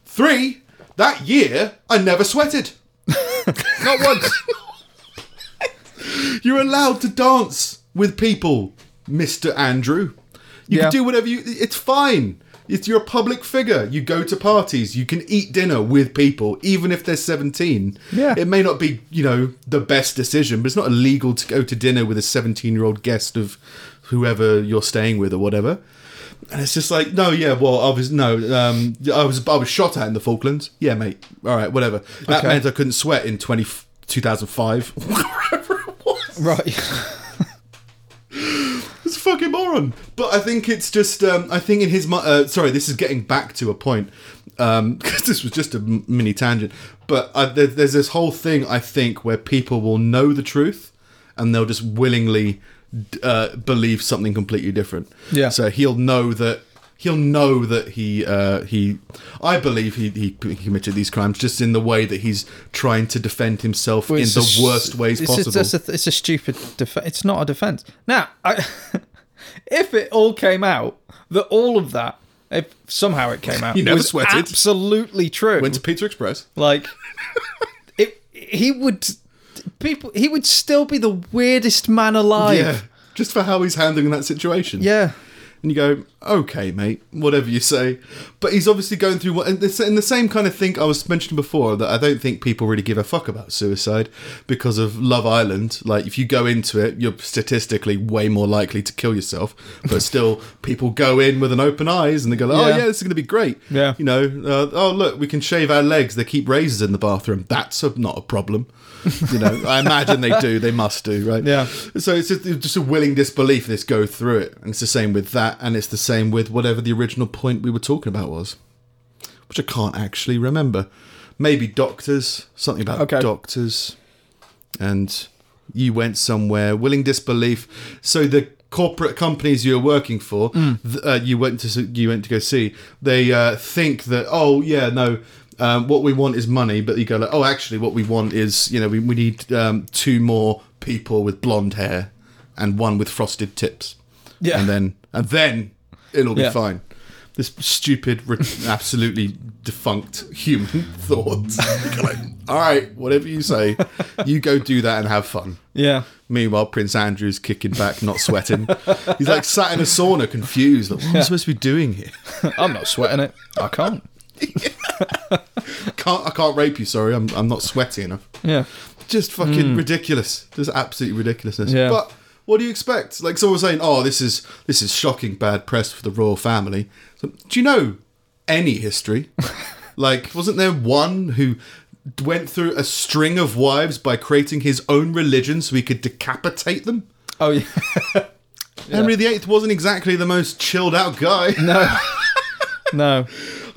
A: Three, that year I never sweated. Not once. You're allowed to dance with people, Mr. Andrew. You
B: Yeah.
A: can do whatever you. It's fine. It's, you're a public figure. You go to parties. You can eat dinner with people, even if they're 17.
B: Yeah.
A: It may not be, you know, the best decision, but it's not illegal to go to dinner with a 17 year old guest of whoever you're staying with or whatever. And it's just like, no, yeah, well, I was no, um, I was I was shot at in the Falklands. Yeah, mate. All right, whatever. That
B: Okay.
A: meant I couldn't sweat in 20, 2005. whatever it was.
B: Right.
A: It's a fucking moron. But I think it's just. Um, I think in his. mi- Uh, sorry, this is getting back to a point because this was just a m- mini tangent. But uh, there, there's this whole thing I think where people will know the truth and they'll just willingly d- uh, believe something completely different.
B: Yeah.
A: So he'll know that. He'll know that he uh, he, I believe he, he committed these crimes just in the way that he's trying to defend himself in
B: It's
A: the
B: a s-
A: worst ways
B: it's a-
A: possible.
B: that's a, it's, a, stupid defense. It's not a defense. Now, I, if it all came out that all of that, if somehow it came out,
A: You never
B: was
A: sweated.
B: absolutely true.
A: Went to Pizza Express.
B: like, it, he would people. He would still be the weirdest man
A: Yeah,
B: alive.
A: just for how he's handling that situation.
B: Yeah.
A: and you go, okay, mate, whatever you say. But he's obviously going through what, and this, and the same kind of thing I was mentioning before that I don't think people really give a fuck about suicide because of Love Island. Like, if you go into it, you're statistically way more likely to kill yourself. But still, people go in with an open eyes and they go, oh
B: Yeah.
A: yeah, this is going to be great.
B: Yeah.
A: you know, uh, oh look, we can shave our legs. They keep razors in the bathroom. That's a, not a problem. You know, I imagine they do. They must do, right?
B: Yeah.
A: So it's just, it's just a willing disbelief. This go through it, and it's the same with that, and it's the same with whatever the original point we were talking about was, which I can't actually remember. Maybe doctors, something about
B: Okay.
A: doctors, and you went somewhere willing disbelief. So the corporate companies you're working for, th- uh, you went to s- you went to go see. They uh, think that oh yeah no. Um, what we want is money, but you go like, oh, actually, what we want is, you know, we, we need um, two more people with blonde hair and one with frosted tips.
B: Yeah.
A: And then and then it'll be
B: Yeah.
A: fine. This stupid, re- absolutely defunct human thought. Like, All right, whatever you say, you go do that and have fun.
B: Yeah.
A: Meanwhile, Prince Andrew's kicking back, not sweating. He's like sat in a sauna, confused. Like, what am I supposed to be doing here?
B: I'm not sweating it. I can't.
A: Can't I can't rape you? Sorry, I'm I'm not sweaty enough.
B: Yeah.
A: Just fucking ridiculous. Just absolute ridiculousness.
B: Yeah.
A: But what do you expect? Like someone saying, "Oh, this is this is shocking bad press for the royal family." So, do you know any history? like, wasn't there one who went through a string of wives by creating his own religion so he could decapitate them?
B: Oh yeah.
A: Henry VIII wasn't exactly the most chilled out guy.
B: No.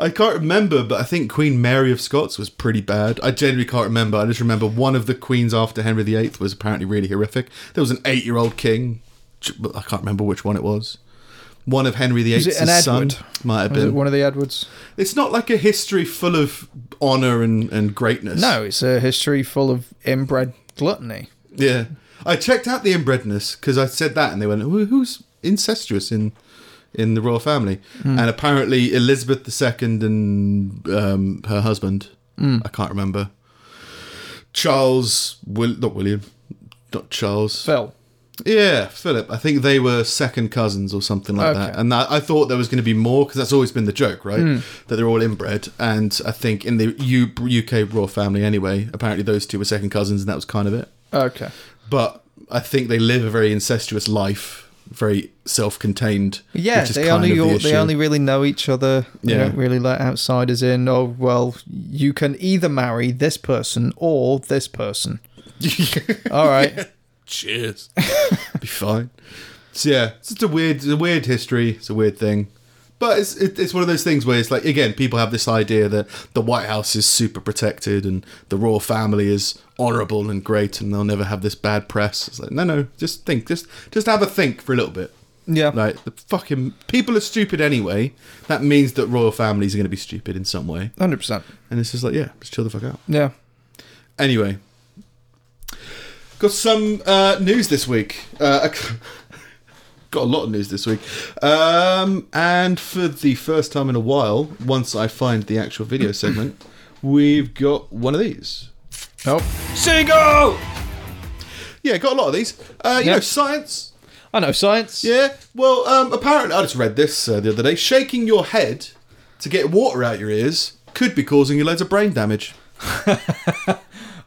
A: I can't remember, but I think Queen Mary of Scots was pretty bad. I genuinely can't remember. I just remember one of the queens after Henry VIII was apparently really horrific. There was an eight-year-old king. but I can't remember which one it was. One of Henry VIII's
B: it an
A: son
B: Edward? Uh,
A: might have
B: Was it
A: been.
B: one of the Edwards?
A: It's not like a history full of honor and, and greatness.
B: No, it's a history full of inbred gluttony.
A: Yeah. I checked out the inbredness because I said that, and they went, "Who- "Who's incestuous in in the royal family?" And apparently, Elizabeth II and um, her husband, I can't remember, Charles, Will, not William, not Charles,
B: Phil.
A: yeah, Philip. I think they were second cousins or something like
B: Okay.
A: that. And that, I thought there was going to be more because that's always been the joke, right? That they're all inbred. And I think in the U- UK royal family, anyway, apparently those two were second cousins, and that was kind of it
B: Okay.
A: but I think they live a very incestuous life, very self-contained.
B: Yeah,
A: which is
B: they
A: kind
B: only
A: of the
B: they
A: issue.
B: only really know each other. They
A: Yeah.
B: don't really let outsiders in. Oh well, you can either marry this person or this person. All right.
A: Cheers, be fine. So yeah, it's just a weird, it's a weird history. It's a weird thing, but it's it, it's one of those things where it's like again, people have this idea that the White House is super protected and the royal family is honourable and great, and they'll never have this bad press. It's like no, no, just think, just just have a think for a little bit.
B: Yeah.
A: Like the fucking people are stupid anyway. That means that royal families are going to be stupid in some way.
B: Hundred percent.
A: And it's just like, yeah, just chill the fuck out.
B: Yeah.
A: Anyway, got some uh, news this week. Uh, got a lot of news this week. Um, and for the first time in a while, once I find the actual video segment, we've got one of these.
B: Oh,
C: Seagull!
A: Yeah, got a lot of these. Uh, you
B: Yeah.
A: know, science.
B: I know science.
A: Yeah. Well, um, apparently, I just read this uh, the other day. Shaking your head to get water out your ears could be causing you loads of brain damage. Don't
B: Oh.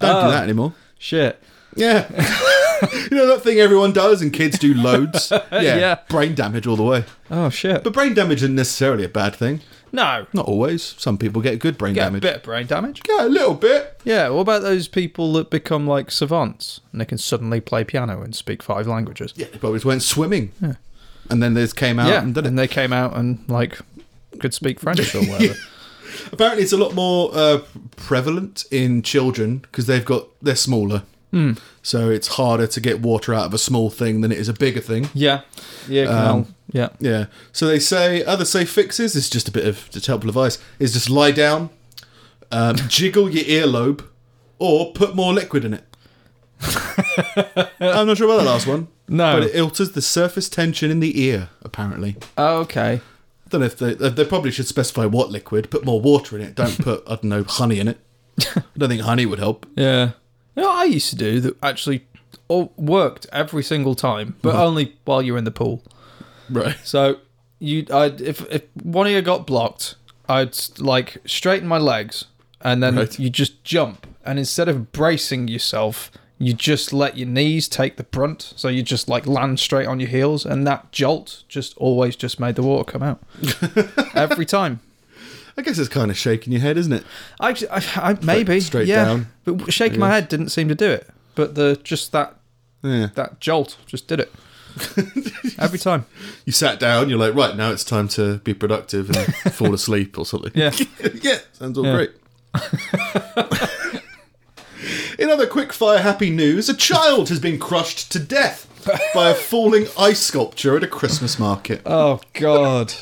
A: do that anymore.
B: Shit.
A: Yeah. you know that thing everyone does and kids do loads? Yeah,
B: Yeah.
A: Brain damage all the way.
B: Oh shit.
A: But brain damage isn't necessarily a bad thing.
B: no.
A: Not always. Some people get good brain
B: Get
A: damage.
B: a bit of brain damage.
A: Yeah, a little bit.
B: Yeah. What about those people that become like savants and they can suddenly play piano and speak five languages?
A: Yeah, they probably just went swimming. And then they just came out
B: Yeah,
A: and
B: and,
A: did it.
B: they came out and like could speak French or whatever.
A: Apparently, it's a lot more uh, prevalent in children because they've got they're smaller, so it's harder to get water out of a small thing than it is a bigger thing.
B: yeah, yeah, canal. Um, yeah,
A: Yeah. So they say other safe fixes is just a bit of just helpful advice. Is just lie down, um, jiggle your earlobe, or put more liquid in it. I'm not sure about that last one.
B: No.
A: But it alters the surface tension in the ear. Apparently,
B: Oh, okay.
A: I don't know if they they probably should specify what liquid. Put more water in it. Don't put I don't know honey in it. I don't think honey would help.
B: Yeah. You know what I used to do that actually all worked every single time, but
A: Uh-huh.
B: only while you're in the pool.
A: Right.
B: So you, I, if if one ear got blocked, I'd like straighten my legs, and then
A: Right.
B: you just jump. And instead of bracing yourself, you just let your knees take the brunt. So you just like land straight on your heels, and that jolt just always just made the water come out every time.
A: I guess it's kind of shaking your head, isn't it?
B: Actually, I, I, maybe
A: straight
B: yeah,
A: down,
B: But shaking my head didn't seem to do it. But the just that
A: Yeah.
B: that jolt just did it every time.
A: You sat down. You're like, right now it's time to be productive and fall asleep or something.
B: Yeah.
A: yeah, sounds all
B: Yeah.
A: great. In other quick fire happy news, a child has been crushed to death by a falling ice sculpture at a Christmas market.
B: Oh God.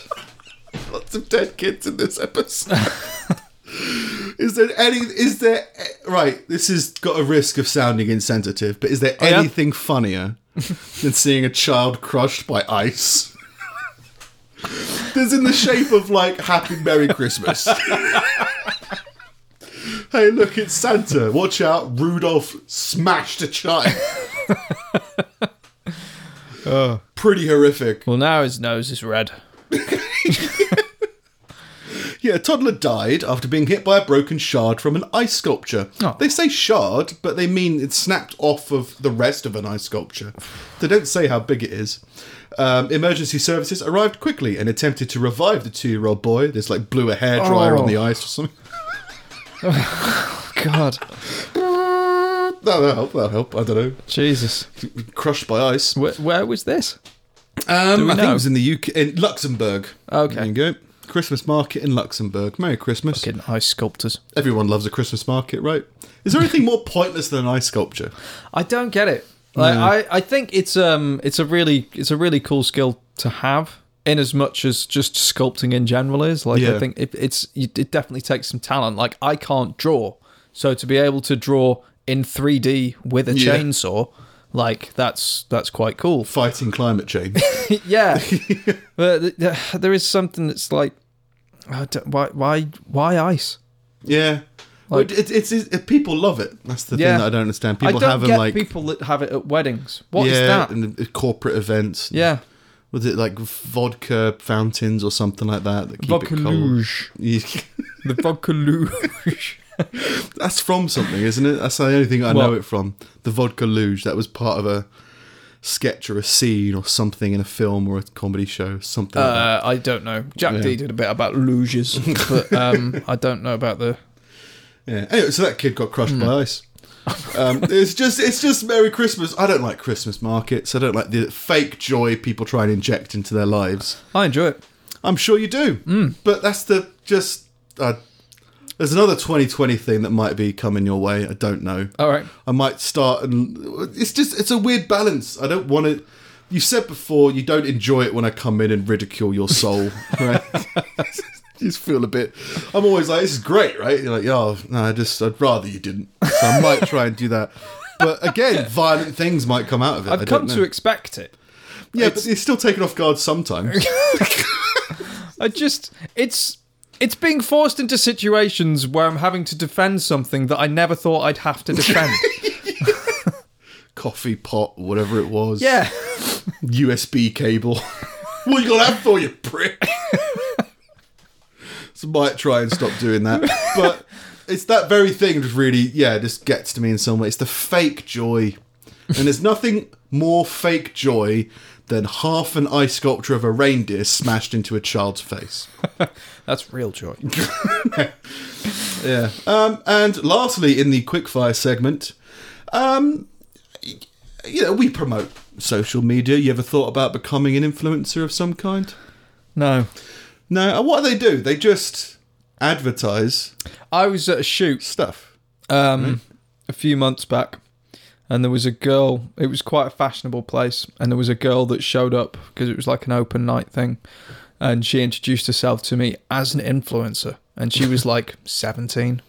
A: Lots of dead kids in this episode. is there any? Is there right? This has got a risk of sounding insensitive, but is there
B: yeah?
A: anything funnier than seeing a child crushed by ice. That's in the shape of like Happy Merry Christmas. hey, look, it's Santa. Watch out, Rudolph smashed a child. Pretty horrific.
B: Well, now his nose is red.
A: Yeah, a toddler died after being hit by a broken shard from an ice sculpture.
B: Oh.
A: They say shard, but they mean it snapped off of the rest of an ice sculpture. They don't say how big it is. Um, emergency services arrived quickly and attempted to revive the two year old boy. This, like, blew a hairdryer
B: Oh.
A: on the ice or something.
B: God,
A: That'll help, that'll help. I don't
B: Jesus.
A: know. Crushed by ice.
B: Where, where was this?
A: Um, I think
B: know?
A: it was in the UK, in Luxembourg.
B: Okay.
A: There you go. Christmas market in Luxembourg. Merry Christmas.
B: Getting ice sculptors.
A: Everyone loves a Christmas market, right? Is there anything more pointless than an ice sculpture?
B: I don't get it. Like, I, I think it's um it's a really it's a really cool skill to have in as much as just sculpting in general is like I
A: Yeah.
B: think it, it's you- it definitely takes some talent like I can't draw so to be able to draw in 3D with a
A: Yeah.
B: chainsaw like that's that's quite cool
A: Fighting climate change.
B: yeah but th- th- there is something that's like I don't- why why why ice
A: Yeah. Well, it, it's, it's, it's- people love it. That's the
B: Yeah.
A: thing that I don't understand. People
B: I don't
A: have them
B: get
A: like
B: people that have it at weddings What is
A: yeah,
B: that
A: and the- corporate events.
B: yeah
A: Was it like vodka fountains or something like that that keep
B: vodka
A: it cold?
B: luge
A: Yeah.
B: the vodka luge
A: That's from something, isn't it? That's the only thing I know
B: What?
A: it from. The vodka luge. That was part of a sketch or a scene or something in a film or a comedy show. Something. like that.
B: Uh, I don't know. Jack D did a bit about luges, but um, I don't know about the.
A: Yeah. Anyway, so that kid got crushed by ice. um, it's just, it's just Merry Christmas. I don't like Christmas markets. I don't like the fake joy people try and inject into their lives.
B: I enjoy it.
A: I'm sure you do. But that's the just. Uh, there's another 2020 thing that might be coming your way. I don't know.
B: All right.
A: I might start and it's just it's a weird balance. I don't want it. You said before you don't enjoy it when I come in and ridicule your soul, right? you just feel a bit. I'm always like, this is great, right? You're like, oh no, I just I'd rather you didn't. So I might try and do that. But again, violent things might come out of it.
B: I've
A: I
B: come
A: don't
B: to
A: know.
B: expect it.
A: yeah, but you're still taken off guard sometimes.
B: I just it's it's being forced into situations where I'm having to defend something that I never thought I'd have to defend.
A: Coffee pot, whatever it was.
B: yeah.
A: USB cable. what you got that for, you prick? so might try and stop doing that. But it's that very thing that really, yeah, just gets to me in some way. It's the fake joy. And there's nothing more fake joy than half an ice sculpture of a reindeer smashed into a child's face.
B: That's real joy.
A: Yeah. Um, and lastly, in the quickfire segment, um, you know, we promote social media. You ever thought about becoming an influencer of some kind?
B: No.
A: No, and what do they do? They just advertise
B: I was at a shoot
A: stuff.
B: um, a few months back, and there was a girl. It was quite a fashionable place, and there was a girl that showed up because it was like an open night thing, and she introduced herself to me as an influencer, and she was like seventeen.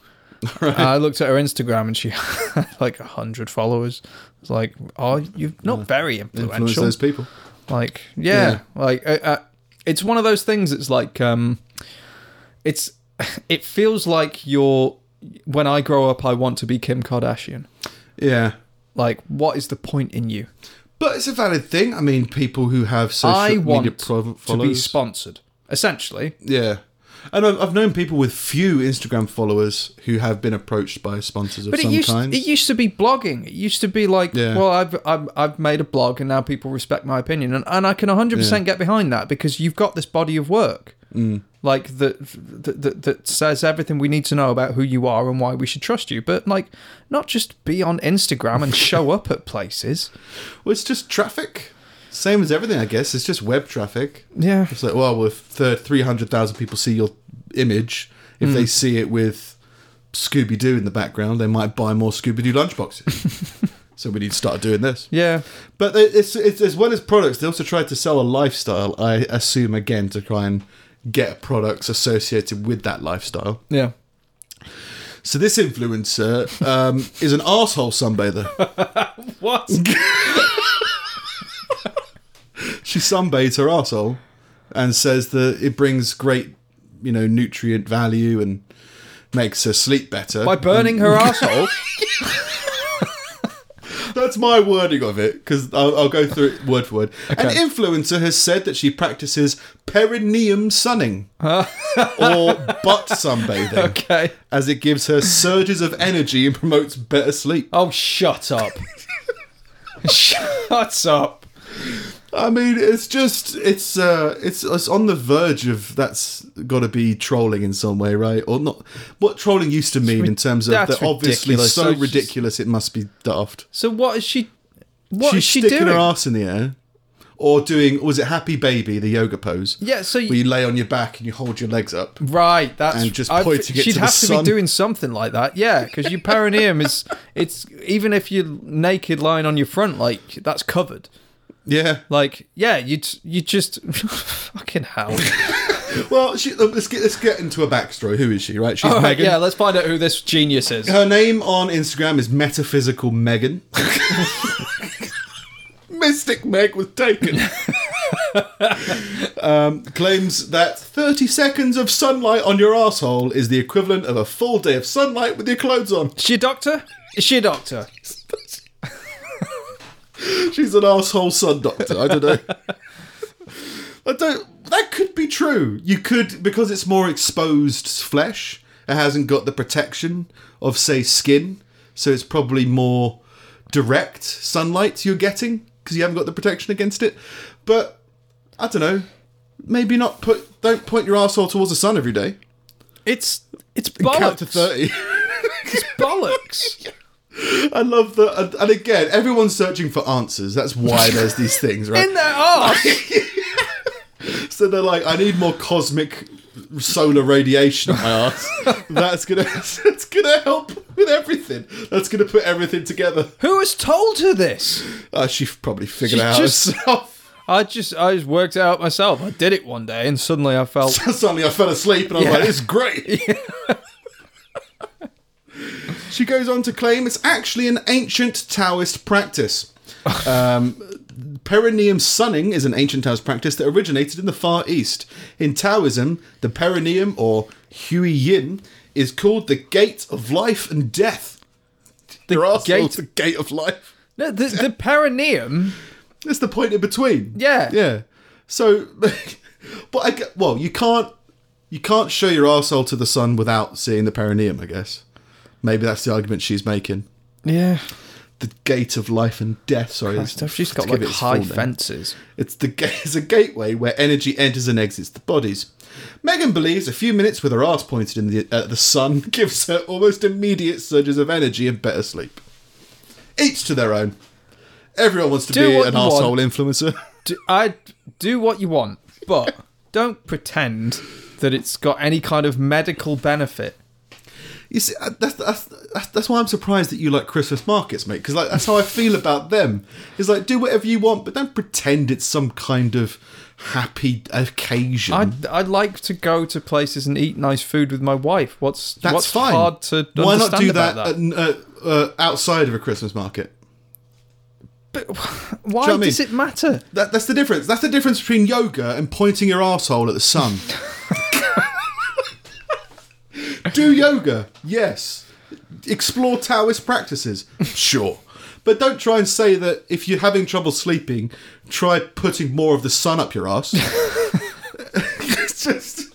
B: I looked at her Instagram and she had like a hundred followers. It's like, oh, you're not very
A: Influence
B: influential.
A: those people.
B: Like, yeah, like uh, uh, it's one of those things. It's like, um, it's it feels like you're. When I grow up, I want to be Kim Kardashian.
A: Yeah.
B: Like, what is the point in you?
A: But it's a valid thing. I mean, people who have social
B: I
A: media
B: want
A: pro-
B: to be
A: followers.
B: sponsored, essentially.
A: yeah. And I've, I've known people with few Instagram followers who have been approached by sponsors of
B: But it
A: some
B: used
A: kind.
B: it used to be blogging. It used to be like,
A: Yeah.
B: well, I've, I've I've made a blog and now people respect my opinion, and, and I can 100 percent get behind that because you've got this body of work, like that, that that that says everything we need to know about who you are and why we should trust you. But like, not just be on Instagram and show up at places.
A: well, it's just traffic. Same as everything, I guess. It's just web traffic.
B: Yeah,
A: It's like, well, if thir- 300,000 people see your image, if they see it with Scooby Doo in the background, they might buy more Scooby Doo lunchboxes. so we need to start doing this.
B: yeah.
A: But they- it's, it's as well as products, they also try to sell a lifestyle, I assume, again, to try and get products associated with that lifestyle.
B: Yeah.
A: So this influencer um, is an asshole sunbather.
B: What?
A: she sunbathes her asshole and says that it brings great, you know, nutrient value and makes her sleep better.
B: By burning her asshole.
A: That's my wording of it because I'll, I'll go through it word for word. An
B: Okay.
A: influencer has said that she practices perineum sunning or butt sunbathing
B: Okay.
A: as it gives her surges of energy and promotes better sleep.
B: Oh, shut up. shut up.
A: I mean, it's just it's uh it's it's on the verge of that's got to be trolling in some way, right? Or not? What trolling used to mean in terms of
B: that's
A: they're obviously
B: ridiculous.
A: so
B: So just-
A: ridiculous it must be daft.
B: So what is she? What
A: She's
B: is she
A: sticking
B: doing?
A: her ass in the air, or doing was it happy baby the yoga pose?
B: yeah. So
A: where
B: you,
A: you lay on your back and you hold your legs up.
B: right. That's
A: and just
B: I-
A: pointing it
B: She'd
A: to the
B: have to
A: sun.
B: be doing something like that. Yeah, because your perineum is. It's even if you're naked lying on your front, like that's covered.
A: Yeah.
B: Like yeah, you you just fucking hell.
A: Well, she, let's get let's get into a backstory. Who is she? Right? She's
B: All right,
A: Megan.
B: Oh, yeah. Let's find out who this genius is.
A: Her name on Instagram is Metaphysical Megan. Mystic Meg was taken. um, claims that 30 seconds of sunlight on your asshole is the equivalent of a full day of sunlight with your clothes on.
B: Is she a doctor? Is she a doctor?
A: She's an asshole sun doctor. I don't know. I don't. That could be true. You could because it's more exposed flesh. It hasn't got the protection of say skin, so it's probably more direct sunlight you're getting because you haven't got the protection against it. But I don't know. Maybe not put. Don't point your asshole towards the sun every day.
B: It's it's
A: Count to
B: bollocks.
A: thirty.
B: It's bollocks.
A: I love that. And, and again, everyone's searching for answers. That's why there's these things, right?
B: In their arse.
A: So they're like, I need more cosmic solar radiation in my ass. that's gonna that's gonna help with everything. That's gonna put everything together.
B: Who has told her this?
A: Uh, she probably figured
B: She
A: it out
B: just-
A: herself.
B: I just I just worked it out myself. I did it one day, and suddenly I felt
A: Suddenly, I fell asleep, and I was
B: Yeah.
A: like, "It's great." she goes on to claim it's actually an ancient Taoist practice. Um, perineum sunning is an ancient Taoist practice that originated in the Far East. In Taoism, the perineum or Hui Yin is called the gate of life and death. The
B: gate-
A: the gate of life.
B: no, the, the perineum.
A: It's the point in between.
B: Yeah.
A: Yeah. So, but I gue- well, you can't you can't show your arsehole to the sun without seeing the perineum. I guess maybe that's the argument she's making.
B: Yeah,
A: The gate of life and death. Sorry, that's-
B: she's got
A: to give
B: like
A: it its
B: high
A: full name.
B: fences.
A: It's the ga- it's a gateway where energy enters and exits the bodies. Megan believes a few minutes with her ass pointed in the at the sun gives her almost immediate surges of energy and better sleep. Each to their own. Everyone wants to
B: Do
A: be
B: what
A: an
B: you
A: asshole
B: want.
A: influencer.
B: Do, I do what you want, but don't pretend that it's got any kind of medical benefit.
A: You see, uh, that's, that's that's that's why I'm surprised that you like Christmas markets, mate. Because like that's how I feel about them. It's like do whatever you want, but don't pretend it's some kind of happy occasion.
B: I I like to go to places and eat nice food with my wife. What's
A: that's
B: what's
A: fine.
B: hard to
A: why
B: understand
A: not do
B: about
A: that,
B: that?
A: at- uh, uh, outside of a Christmas market?
B: Why
A: Do you know what I
B: does
A: mean?
B: it matter?
A: That, that's the difference. That's the difference between yoga and pointing your asshole at the sun. Do yoga, yes. Explore Taoist practices, sure. But don't try and say that if you're having trouble sleeping, try putting more of the sun up your ass. it's just.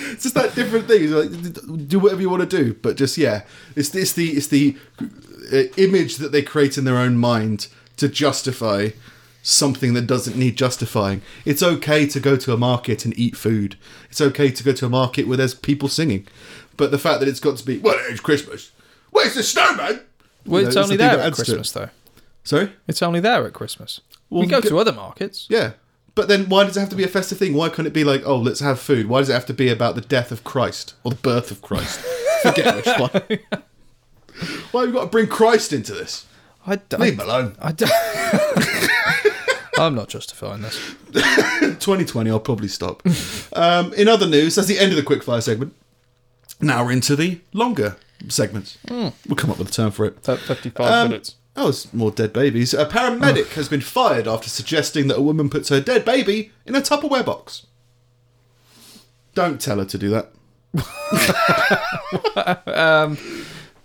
A: It's just that different thing. It's like, do whatever you want to do, but just yeah, it's it's the it's the uh, image that they create in their own mind to justify something that doesn't need justifying. It's okay to go to a market and eat food. It's okay to go to a market where there's people singing, but the fact that it's got to be well, it's Christmas. Where's the snowman?
B: Well,
A: You know,
B: it's
A: the
B: only
A: thing
B: there
A: that
B: at
A: adds to it.
B: Christmas, though.
A: Sorry.
B: It's only there at Christmas. we
A: Well,
B: go
A: go-
B: to other markets.
A: Yeah. But then why does it have to be a festive thing? Why couldn't it be like, oh, let's have food? Why does it have to be about the death of Christ or the birth of Christ? Forget which one. Why have you got to bring Christ into this?
B: I, d- I-
A: Leave him alone.
B: I don't. I'm not justifying this.
A: 2020, I'll probably stop. um, in other news, that's the end of the quickfire segment. Now we're into the longer segments. We'll come up with a term for it.
B: About 55 minutes.
A: Oh, it's more dead babies. A paramedic
C: Oh.
A: has been fired after suggesting that a woman puts her dead baby in a Tupperware box. Don't tell her to do that. so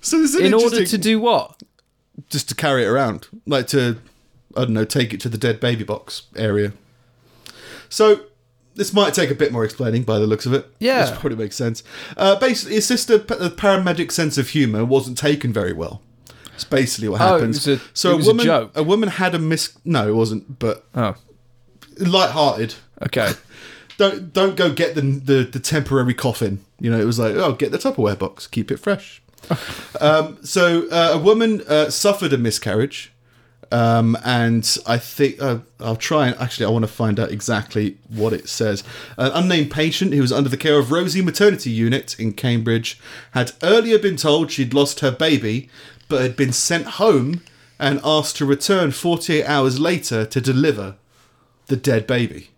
A: this is an
C: Um, in order to
A: interesting-
C: do what?
A: just to carry it around, like to I don't know, take it to the dead baby box area. So this might take a bit more explaining by the looks of it.
B: Yeah.
A: which probably makes sense. Uh, basically, his sister, pa- the paramedic sense of humour wasn't taken very well. It's basically what
C: Oh, it
A: happens.
C: was a- it was a
A: woman,
C: joke.
A: woman had a mis. No, it wasn't. But
C: Oh,
A: light-hearted.
C: okay.
A: Don't don't go get the the, the temporary coffin. You know, it was like, oh, get the Tupperware box, keep it fresh. um, so uh, a woman uh, suffered a miscarriage, um, and I think uh, I'll try and actually I want to find out exactly what it says. An unnamed patient who was under the care of Rosie Maternity Unit in Cambridge had earlier been told she'd lost her baby, but had been sent home and asked to return 48 hours later to deliver the dead baby.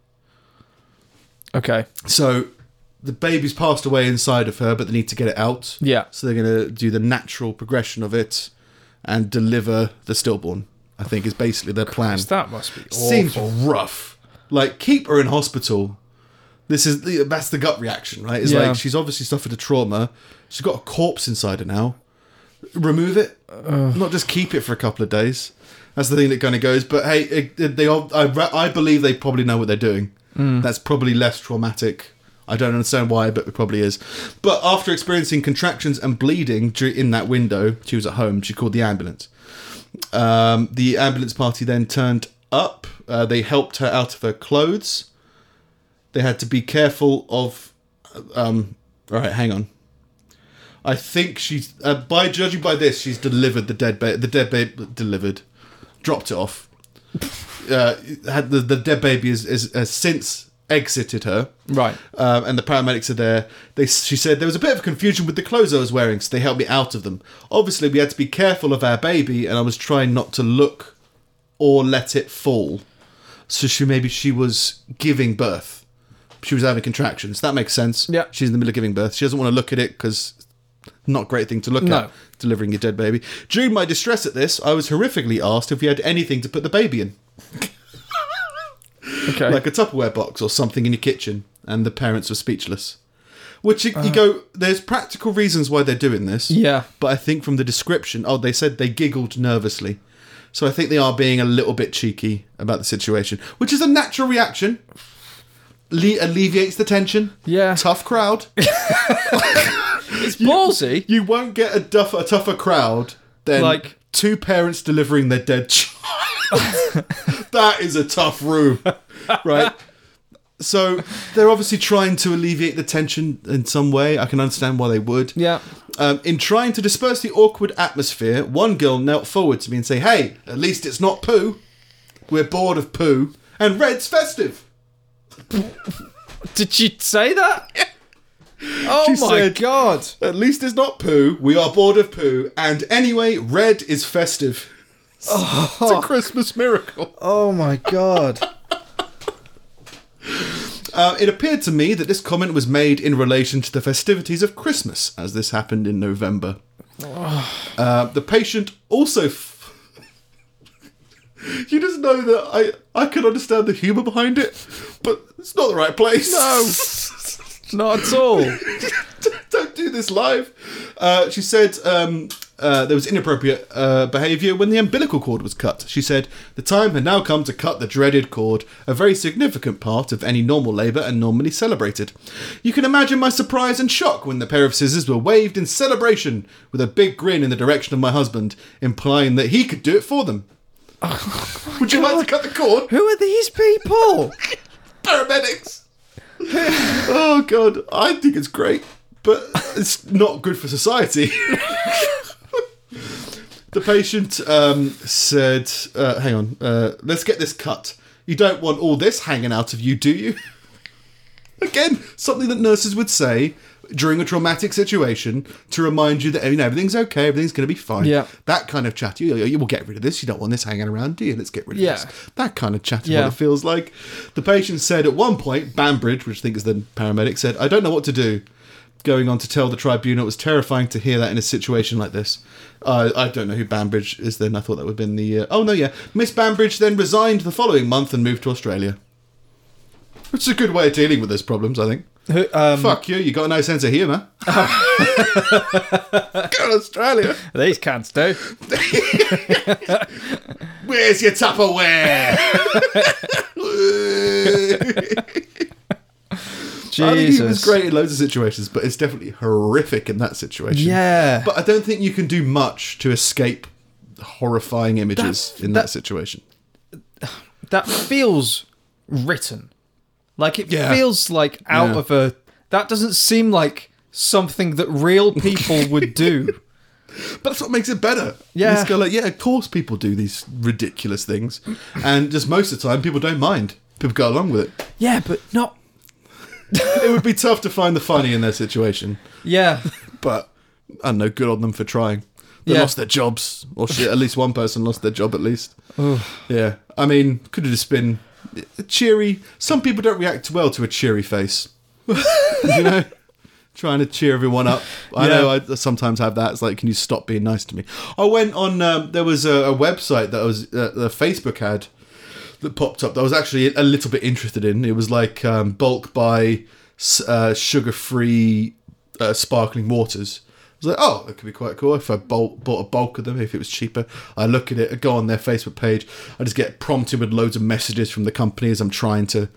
C: Okay.
A: So the baby's passed away inside of her, but they need to get it out.
C: Yeah.
A: So they're going to do the natural progression of it and deliver the stillborn. I think is basically their plan.
B: That must be awful.
A: Seems rough. Like keep her in hospital. This is the, that's the gut reaction, right? It's
B: Yeah.
A: like she's obviously suffered a trauma. She's got a corpse inside her now. Remove it, not just keep it for a couple of days. That's the thing that kind of goes. But hey, it, it- they all, I, re- I believe they probably know what they're doing. That's probably less traumatic. I don't understand why, but it probably is. But after experiencing contractions and bleeding dur- in that window, she was at home. She called the ambulance. Um, the ambulance party then turned up. Uh, they helped her out of her clothes. They had to be careful of. Um, all right, hang on. I think she's uh, by judging by this, she's delivered the dead baby. The dead baby delivered, dropped it off. Uh, had the, the dead baby is, is has since exited her
C: Right.
A: um, and the paramedics are there. They, she said there was a bit of confusion with the clothes I was wearing, so they helped me out of them. Obviously, we had to be careful of our baby, and I was trying not to look or let it fall. So she maybe she was giving birth. She was having contractions. That makes sense.
C: Yeah.
A: she's in the middle of giving birth. She doesn't want to look at it because not a great thing to look
C: No.
A: at delivering your dead baby. During my distress at this, I was horrifically asked if we had anything to put the baby in
C: Okay.
A: like a Tupperware box or something in your kitchen, and the parents were speechless. Which you, you go, there's practical reasons why they're doing this.
C: Uh. Yeah.
A: But I think from the description, oh, they said they giggled nervously. So I think they are being a little bit cheeky about the situation, which is a natural reaction. Le- alleviates the tension.
C: Yeah.
A: Tough crowd.
C: it's ballsy.
A: you won't get a, duff- a tougher crowd than
C: Like-
A: two parents delivering their dead child. that is a tough room, right? So they're obviously trying to alleviate the tension in some way. I can understand why they would.
C: Yeah.
A: Um, in trying to disperse the awkward atmosphere, one girl knelt forward to me and say, "Hey, at least it's not poo. We're bored of poo, and red's festive."
C: Did she say that? Oh
A: She
C: my
A: said-
C: god.
A: At least it's not poo. We are bored of poo. And anyway, red is festive. It's a Christmas miracle.
B: Oh my god.
A: Uh, it appeared to me that this comment was made in relation to the festivities of Christmas, as this happened in November. Uh, the patient also. F- you just know that I I can understand the humour behind it, but it's not the right place. No.
C: Not at all.
A: don't do this live. Uh, she said um, uh, there was inappropriate uh, behaviour when the umbilical cord was cut. She said the time had now come to cut the dreaded cord, a very significant part of any normal labour and normally celebrated. You can imagine my surprise and shock when the pair of scissors were waved in celebration with a big grin in the direction of my husband, implying that he could do it for them. Would you like to cut the cord?
C: Who are these people?
A: paramedics. oh god, I think it's great, but it's not good for society. the patient um, said, uh, "Hang on, uh, let's get this cut. You don't want all this hanging out of you, do you?" Again, something that nurses would say during a traumatic situation to remind you that you know everything's okay, everything's going to be fine.
C: Yeah.
A: that kind of chat. You, you will get rid of this. You don't want this hanging around, do you? Let's get rid of
C: Yeah.
A: this. That kind of chat is
C: Yeah.
A: what it feels like. The patient said at one point, Banbridge, which I think is the paramedic, said, I don't know what to do. going on to tell the tribunal it was terrifying to hear that in a situation like this. Uh, I don't know who Bambridge is then. I thought that would have been the. Uh, oh, no, yeah. Miss Bambridge then resigned the following month and moved to Australia. Which is a good way of dealing with those problems, I think.
B: Who- um,
A: Fuck you, you got no sense of humour. Go to Australia.
B: These cans do.
A: Where's your Tupperware? I think he was
B: Jesus.
A: great in loads of situations, but it's definitely horrific in that situation.
B: Yeah.
A: But I don't think you can do much to escape horrifying images in that, situation.
B: that feels written. Like it
A: Yeah.
B: feels like out
A: Yeah.
B: of a. That doesn't seem like something that real people would do.
A: But that's what makes it better.
B: Yeah.
A: You just go like, yeah, of course people do these ridiculous things. And just most of the time, people don't mind. People go along with it.
B: Yeah, but not.
A: It would be tough to find the funny in their situation.
B: Yeah.
A: but I don't know, good on them for trying. They
B: Yeah.
A: lost their jobs, or shit, at least one person lost their job at least. Yeah, I mean, could have just been a cheery. Some people don't react well to a cheery face. you know, trying to cheer everyone up. I
B: Yeah.
A: know I sometimes have that. It's like, can you stop being nice to me? I went on. Um, there was a, a website that I was uh, the Facebook ad that popped up that I was actually a little bit interested in. It was like um, bulk buy s- uh, sugar free uh, sparkling waters. I was like, oh, that could be quite cool if I bought, bought a bulk of them, if it was cheaper. I look at it, I go on their Facebook page, I just get prompted with loads of messages from the company as I'm trying to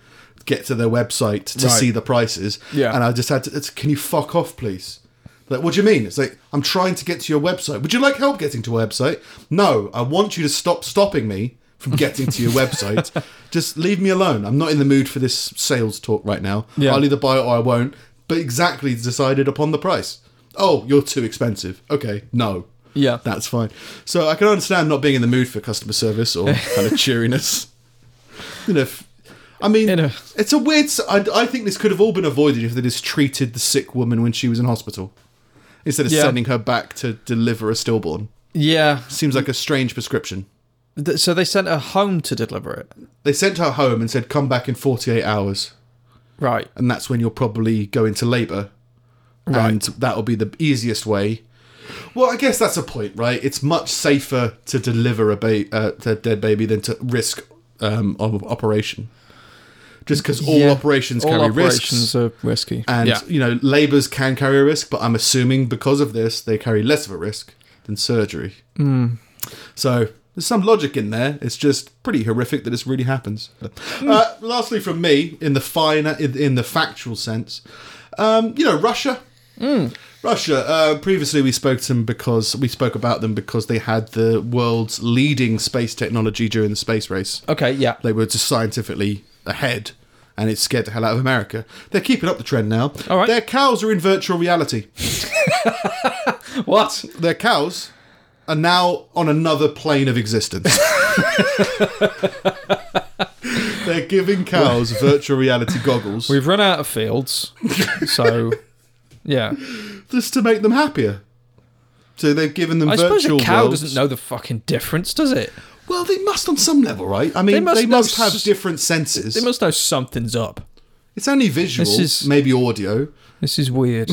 A: get to their website to
B: Right.
A: see the prices.
B: Yeah.
A: And I just had to, it's, can you fuck off, please? Like, what do you mean? It's like, I'm trying to get to your website. Would you like help getting to a website? No, I want you to stop stopping me from getting to your website. Just leave me alone. I'm not in the mood for this sales talk right now.
B: Yeah.
A: I'll either buy it or I won't. But exactly decided upon the price. Oh, you're too expensive. Okay, no.
B: Yeah.
A: That's fine. So I can understand not being in the mood for customer service or kind of cheeriness. You know, if- I mean,
B: In a-
A: it's a weird. s- I, I think this could have all been avoided if they'd just treated the sick woman when she was in hospital instead of
B: Yeah.
A: sending her back to deliver a stillborn.
B: Yeah.
A: Seems like a strange prescription.
B: Th- So they sent her home to deliver it.
A: They sent her home and said, "Come back in 48 hours,
B: Right.
A: and that's when you'll probably go into labour, and that'll be the easiest way." Well, I guess that's a point, right? It's much safer to deliver a ba- uh, a dead baby than to risk um, of operation. Just because all
B: Yeah.
A: operations
B: All
A: carry risks.
B: operations are risky.
A: And
B: yeah.
A: you know, labours can carry a risk, but I'm assuming because of this, they carry less of a risk than surgery. So there's some logic in there. It's just pretty horrific that this really happens. Uh, lastly, from me, in the finer, in, in the factual sense, um, you know, Russia. Russia. Uh, previously, we spoke to them because we spoke about them because they had the world's leading space technology during the space race
B: Okay. Yeah.
A: they were just scientifically ahead and it scared the hell out of America. They're keeping up the trend now.
B: All right.
A: Their cows are in virtual reality.
B: What?
A: Their cows are now on another plane of existence. They're giving cows virtual reality goggles
B: We've run out of fields. So. Yeah.
A: just to make them happier. So they've given them
B: I suppose
A: virtual
B: a cow
A: worlds.
B: doesn't know the fucking difference, does it?
A: Well, they must on some level, right? I mean, they must,
B: must know
A: have
B: s-
A: different senses.
B: They must know something's up.
A: it's only visual,
B: This is-
A: maybe audio.
B: This is weird.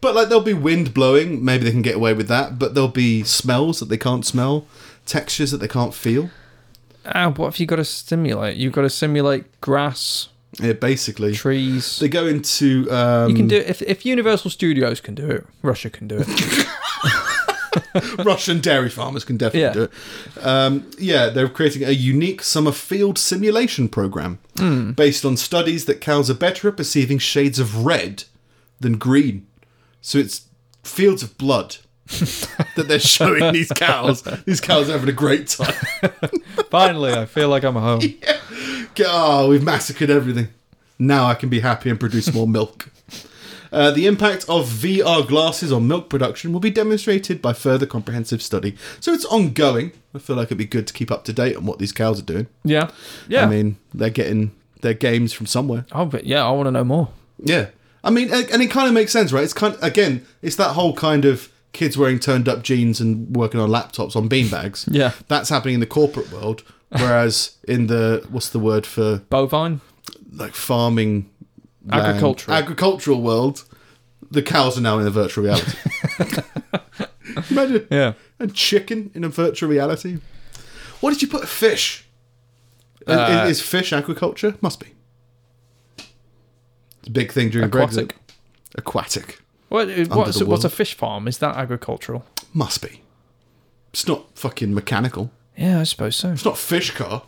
A: But like there'll be wind blowing, maybe they can get away with that, but there'll be smells that they can't smell, textures that they can't feel.
B: Ah, what have you got to stimulate? You've got to simulate grass,
A: Yeah, basically.
B: trees.
A: They go into um,
B: You can do it if, if Universal Studios can do it, Russia can do it.
A: Russian dairy farmers can definitely
B: Yeah.
A: do it. Um, yeah, they're creating a unique summer field simulation program based on studies that cows are better at perceiving shades of red than green. So it's fields of blood that they're showing these cows. These cows are having a great time.
B: Finally, I feel like I'm home.
A: Oh, we've massacred everything. Now I can be happy and produce more milk. Uh, the impact of VR glasses on milk production will be demonstrated by further comprehensive study. So it's ongoing. I feel like it'd be good to keep up to date on what these cows are doing.
B: Yeah, yeah.
A: I mean, they're getting their games from somewhere.
B: oh, but yeah, I want to know more.
A: Yeah. I mean, a- and it kind of makes sense, right? It's kind again, it's that whole kind of kids wearing turned up jeans and working on laptops on beanbags.
B: Yeah.
A: That's happening in the corporate world. Whereas in the, what's the word for
B: Bovine.
A: like farming, land-
B: Agricultural.
A: agricultural world. the cows are now in a virtual reality. Imagine
B: Yeah.
A: a chicken in a virtual reality. Why did you put a fish? Is-
B: Uh,
A: is, is fish aquaculture? Must be. It's a big thing during Brexit.
B: Aquatic.
A: Aquatic.
B: What, uh, what's,
A: the
B: what's a
A: world.
B: fish farm? Is that agricultural?
A: Must be. It's not fucking mechanical.
B: Yeah, I suppose so.
A: It's not fish car.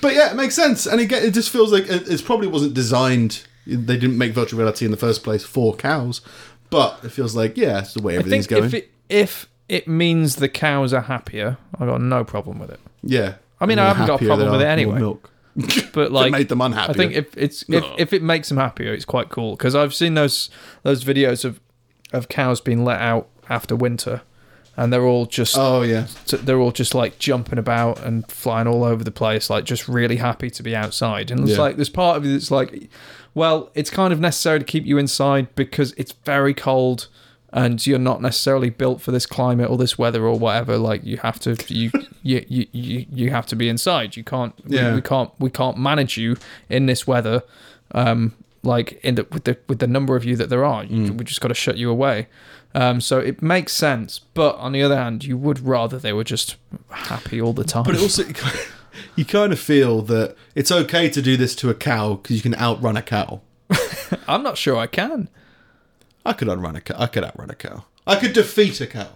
A: but yeah, it makes sense, and again, it just feels like it, it probably wasn't designed. They didn't make virtual reality in the first place for cows, but it feels like yeah, it's the way
B: I
A: everything's
B: think
A: going.
B: if it, if it means the cows are happier, I've got no problem with it.
A: yeah,
B: I mean,
A: And the
B: I haven't got a
A: happier
B: problem
A: they
B: with it
A: are, the more
B: anyway.
A: Milk.
B: But
A: Like,
B: like,
A: made them unhappy.
B: I think if it's if,
A: Ugh.
B: if it makes them happier, it's quite cool because I've seen those those videos of of cows being let out after winter, and they're all just
A: oh yeah,
B: so they're all just like jumping about and flying all over the place, like just really happy to be outside. And it's
A: Yeah.
B: like there's part of you that's like, well, it's kind of necessary to keep you inside because it's very cold and you're not necessarily built for this climate or this weather or whatever. Like you have to you you you, you, you have to be inside. You can't
A: Yeah.
B: we, we can't we can't manage you in this weather. Um, like in the with the with the number of you that there are,
A: Mm.
B: you, we just got to shut you away. Um, so it makes sense, but on the other hand, you would rather they were just happy all the time.
A: but it also you kind of feel that it's okay to do this to a cow because you can outrun a cow.
B: I'm not sure I can.
A: I could outrun a cow. I could outrun a cow. I could defeat a cow.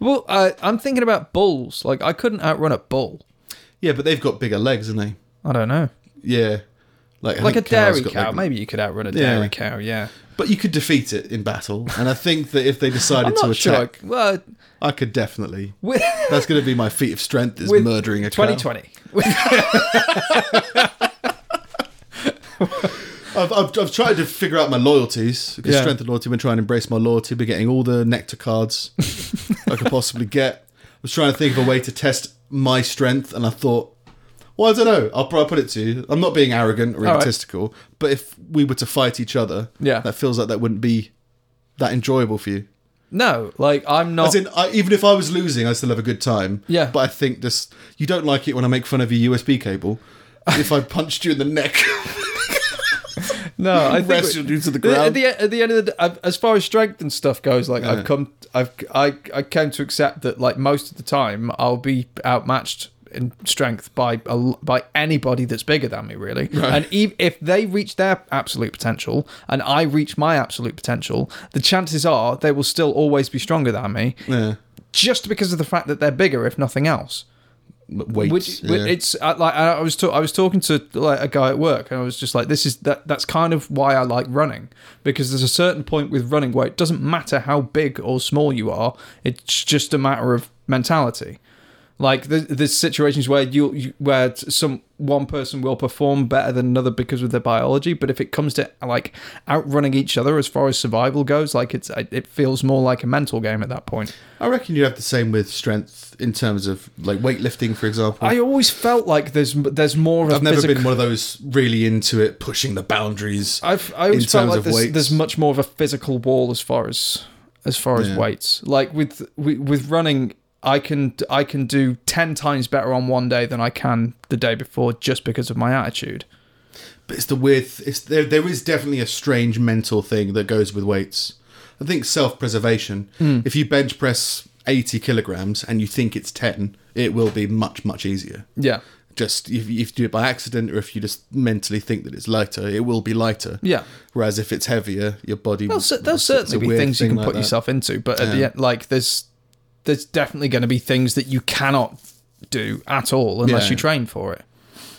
B: Well, I, I'm thinking about bulls. Like I couldn't outrun a bull.
A: yeah, but they've got bigger legs, and they
B: I don't know,
A: yeah. Like, I
B: like a
A: think cows
B: dairy
A: got,
B: cow.
A: like,
B: Maybe you could outrun a
A: Yeah.
B: dairy cow. Yeah,
A: But you could defeat it in battle, and I think that if they decided
B: I'm
A: to
B: not sure. I,
A: attack,
B: well,
A: I could definitely.
B: with,
A: That's going to be my feat of strength is
B: with
A: murdering a cow.
B: 2020.
A: I've, I've, I've tried to figure out my loyalties because
B: Yeah.
A: strength and loyalty. I've been trying to embrace my loyalty by getting all the nectar cards I could possibly get. I was trying to think of a way to test my strength, and I thought, well, I don't know. I'll probably put it to you. I'm not being arrogant or
B: right.
A: egotistical, but if we were to fight each other,
B: Yeah.
A: that feels like that wouldn't be that enjoyable for you.
B: no, like I'm not.
A: As in, I, even if I was losing, I still have a good time.
B: Yeah.
A: But I think this, you don't like it when I make fun of your USB cable. if I punched you in the neck,
B: No, I think
A: wrestled you to the
B: At
A: ground.
B: the, at the end of the day, I've, as far as strength and stuff goes, like
A: Yeah.
B: I've come, I've I I came to accept that like most of the time I'll be outmatched in strength by a l by anybody that's bigger than me, really. And ev- if they reach their absolute potential and I reach my absolute potential, the chances are they will still always be stronger than me,
A: yeah.
B: just because of the fact that they're bigger, if nothing else.
A: Wait.
B: Which, which it's uh, like I I was ta- I was talking to like a guy at work, and I was just like, "This is that. That's kind of why I like running because there's a certain point with running where it doesn't matter how big or small you are. It's just a matter of mentality. Like there's, there's situations where you, you where t- some one person will perform better than another because of their biology, but if it comes to like outrunning each other as far as survival goes, like it's it feels more like a mental game at that point.
A: I reckon you have the same with strength in terms of like weightlifting, for example.
B: I always felt like there's there's more of
A: I've never
B: physical-
A: been one of those really into it, pushing the boundaries.
B: I've I always
A: in
B: felt
A: terms
B: like
A: of
B: there's,
A: weights.
B: there's much more of a physical wall as far as as far as
A: Yeah.
B: weights. Like with with with running, I can I can do ten times better on one day than I can the day before just because of my attitude.
A: but it's the weird. th- It's there. There is definitely a strange mental thing that goes with weights. I think self-preservation.
B: Hmm.
A: If you bench press eighty kilograms and you think it's ten, it will be much much easier.
B: Yeah,
A: just if, if you do it by accident or if you just mentally think that it's lighter, it will be lighter.
B: Yeah.
A: Whereas if it's heavier, your body.
B: there'll, cer- there'll certainly be things you can put yourself into, but at the
A: Yeah.
B: end, like there's there's definitely going to be things that you cannot do at all unless
A: Yeah.
B: you train for it.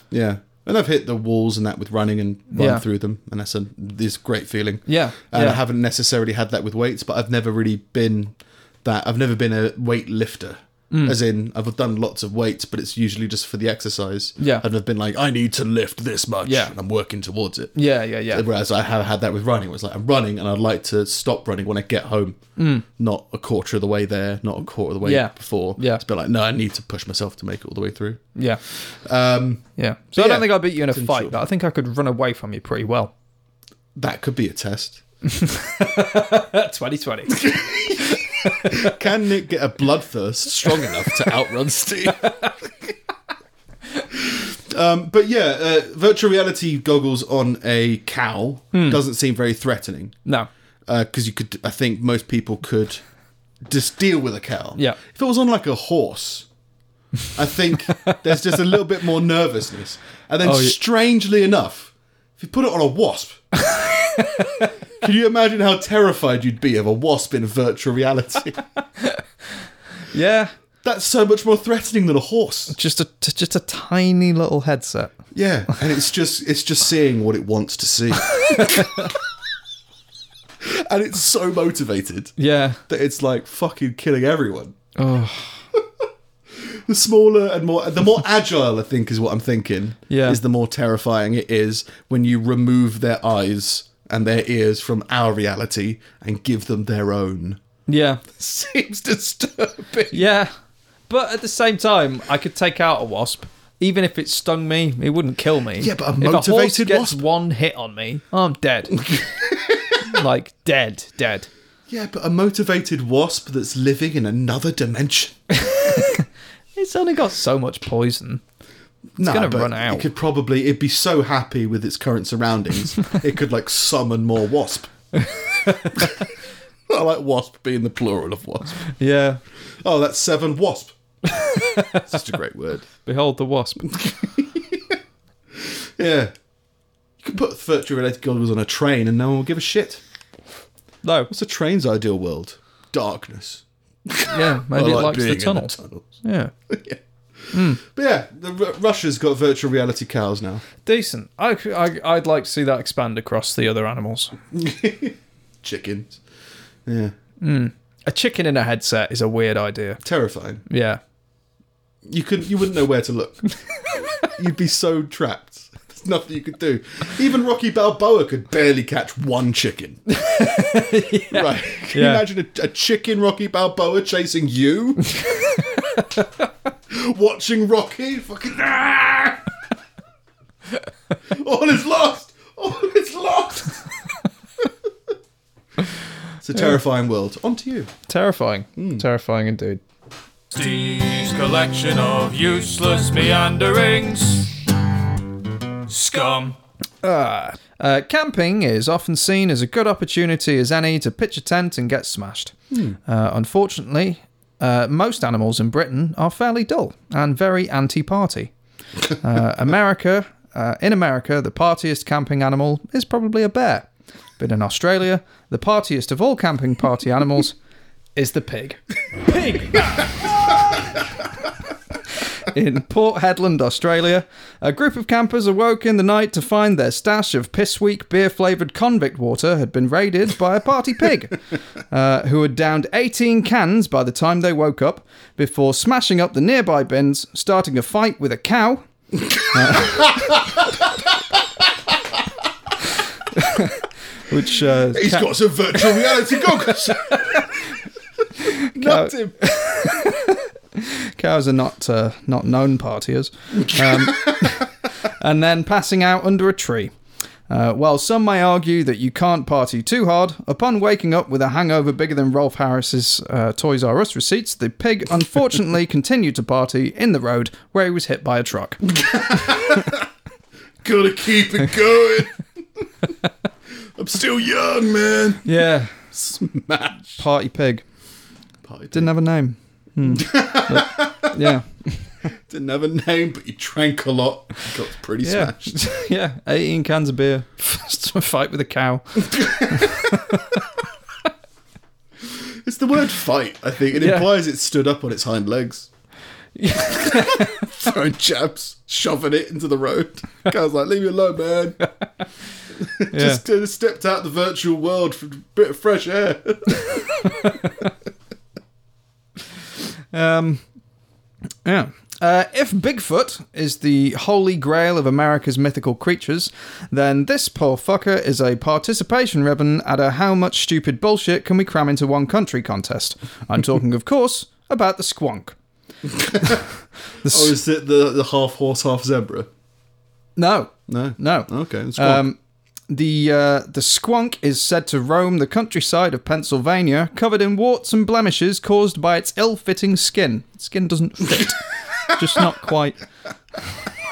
A: Yeah. And I've hit the walls and that with running and run
B: Yeah.
A: through them, and that's a this great feeling.
B: Yeah,
A: And
B: yeah.
A: I haven't necessarily had that with weights, but I've never really been that. I've never been a weight lifter.
B: Mm.
A: As in, I've done lots of weights, but it's usually just for the exercise.
B: Yeah.
A: And I've been like, I need to lift this much.
B: Yeah.
A: And I'm working towards it.
B: Yeah, yeah, yeah.
A: Whereas I have had that with running. It was like I'm running and I'd like to stop running when I get home. Not a quarter of the way there, not a quarter of the way
B: Mm. Yeah.
A: before.
B: Yeah.
A: It's been like, no, I need to push myself to make it all the way through.
B: Yeah,
A: Um,
B: yeah. So
A: But
B: I don't
A: yeah,
B: think I beat you in a
A: in
B: fight,
A: short.
B: but I think I could run away from you pretty well.
A: that could be a test.
B: 2020.
A: Can Nick get a bloodthirst strong enough to outrun Steve? Um, but yeah, uh, virtual reality goggles on a cow
B: Hmm.
A: doesn't seem very threatening
B: No.
A: because Uh, you could. I think most people could just deal with a cow.
B: Yeah.
A: If it was on like a horse, I think there's just a little bit more nervousness. And then,
B: Oh, yeah.
A: strangely enough, if you put it on a wasp. Can you imagine how terrified you'd be of a wasp in virtual reality?
B: Yeah.
A: That's so much more threatening than a horse.
B: Just a t- just a tiny little headset.
A: Yeah, and it's just it's just seeing what it wants to see. and it's so motivated
B: Yeah.
A: that it's like fucking killing everyone.
B: Oh.
A: The smaller and more the more agile I think is what I'm thinking.
B: Yeah.
A: Is the more terrifying it is when you remove their eyes and their ears from our reality and give them their own.
B: Yeah.
A: Seems disturbing.
B: Yeah.
C: But at the same time, I could take out a wasp. Even if it stung me, it wouldn't kill me.
A: Yeah,
C: if
A: but a
C: a horse
A: motivated
C: gets
A: wasp-
C: one hit on me, I'm dead. like dead, dead.
A: Yeah, but a motivated wasp that's living in another dimension.
C: It's only got so much poison.
A: No,
C: gonna
A: but
C: run out.
A: It could probably it'd be so happy with its current surroundings, it could like summon more wasp. I like wasp being the plural of wasp.
B: Yeah.
A: Oh, that's seven wasp. it's just a great word.
B: Behold the wasp.
A: Yeah. You could put virtual reality goggles on a train and no one will give a shit.
B: No.
A: What's a train's ideal world? Darkness.
B: Yeah. Maybe
A: I
B: it likes
A: being
B: the
A: in
B: tunnel.
A: tunnels.
B: Yeah.
A: But yeah, the, Ru- Russia's got virtual reality cows now.
B: Decent. I, I I'd like to see that expand across the other animals.
A: Chickens. Yeah.
B: A chicken in a headset is a weird idea.
A: Terrifying.
B: Yeah.
A: you couldn't you wouldn't know where to look you'd be so trapped there's nothing you could do even rocky balboa could barely catch one chicken right can you
B: Yeah.
A: imagine a, a chicken rocky balboa chasing you watching rocky fucking "Ah!" all is lost all is lost it's a terrifying world on to you
B: Terrifying. Terrifying indeed.
D: Steve's collection of useless meanderings. Scum.
B: Uh, camping is often seen as a good opportunity as any to pitch a tent and get smashed. Uh, unfortunately, uh, most animals in Britain are fairly dull and very anti-party. Uh, America, uh, in America, the partiest camping animal is probably a bear, but in Australia, the partiest of all camping party animals is the pig. in Port Hedland, Australia, a group of campers awoke in the night to find their stash of pissweak beer flavoured convict water had been raided by a party pig, uh, who had downed 18 cans by the time they woke up before smashing up the nearby bins, starting a fight with a cow. Uh, Which uh,
A: He's
B: ca-
A: got some virtual reality goggles Knocked him.
B: cows are not uh, not known partiers, um, and then passing out under a tree. Uh, while some may argue that you can't party too hard, upon waking up with a hangover bigger than Rolf Harris's uh, Toys R Us receipts, the pig unfortunately continued to party in the road where he was hit by a truck.
A: Gotta keep it going. I'm still young, man.
B: Yeah,
A: Smash.
B: party pig.
A: Party
B: Didn't
A: didn't,
B: have a name. Hmm. But, yeah,
A: didn't have a name, but he drank a lot. He got pretty
B: yeah,
A: smashed.
B: yeah. Eighteen cans of beer. Fight with a cow.
A: It's the word fight, I think. It
B: Yeah.
A: implies it stood up on its hind legs. Throwing jabs, shoving it into the road. Guy's like, leave me alone, man. just, just stepped out the virtual world for a bit of fresh air.
B: Um, yeah. Uh, if Bigfoot is the holy grail of America's mythical creatures, then this poor fucker is a participation ribbon at a how much stupid bullshit can we cram into one country contest. I'm talking, of course, about the squonk. The s-
A: or Oh, is it the, the half horse, half zebra?
B: no,
A: No.
B: no.
A: Okay, it's
B: Um, the uh, the squonk is said to roam the countryside of Pennsylvania, covered in warts and blemishes caused by its ill-fitting skin. Skin doesn't fit, just not quite.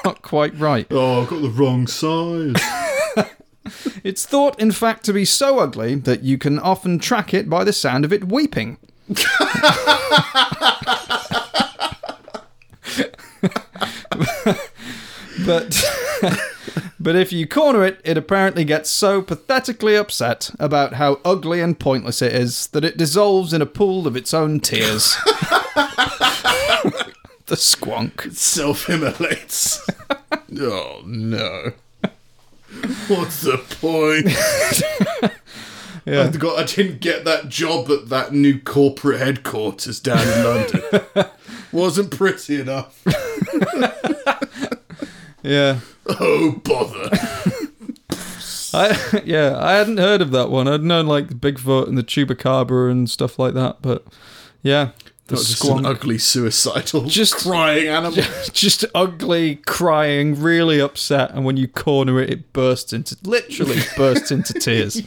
B: not quite right.
A: Oh, I've got the wrong size.
B: It's thought, in fact, to be so ugly that you can often track it by the sound of it weeping. but but if you corner it, it apparently gets so pathetically upset about how ugly and pointless it is that it dissolves in a pool of its own tears. the squonk.
A: Self immolates. oh, no. What's the point?
B: Yeah.
A: I, got, I didn't get that job at that new corporate headquarters down in London. Wasn't pretty enough.
B: Yeah.
A: Oh, bother.
B: I, yeah, I hadn't heard of that one. I'd known like Bigfoot and the Chupacabra and stuff like that, but yeah, the
A: Not just an
B: squonk.
A: ugly suicidal,
B: Just-
A: just crying animal.
B: just ugly, crying, really upset, and when you corner it, it bursts into literally bursts into tears.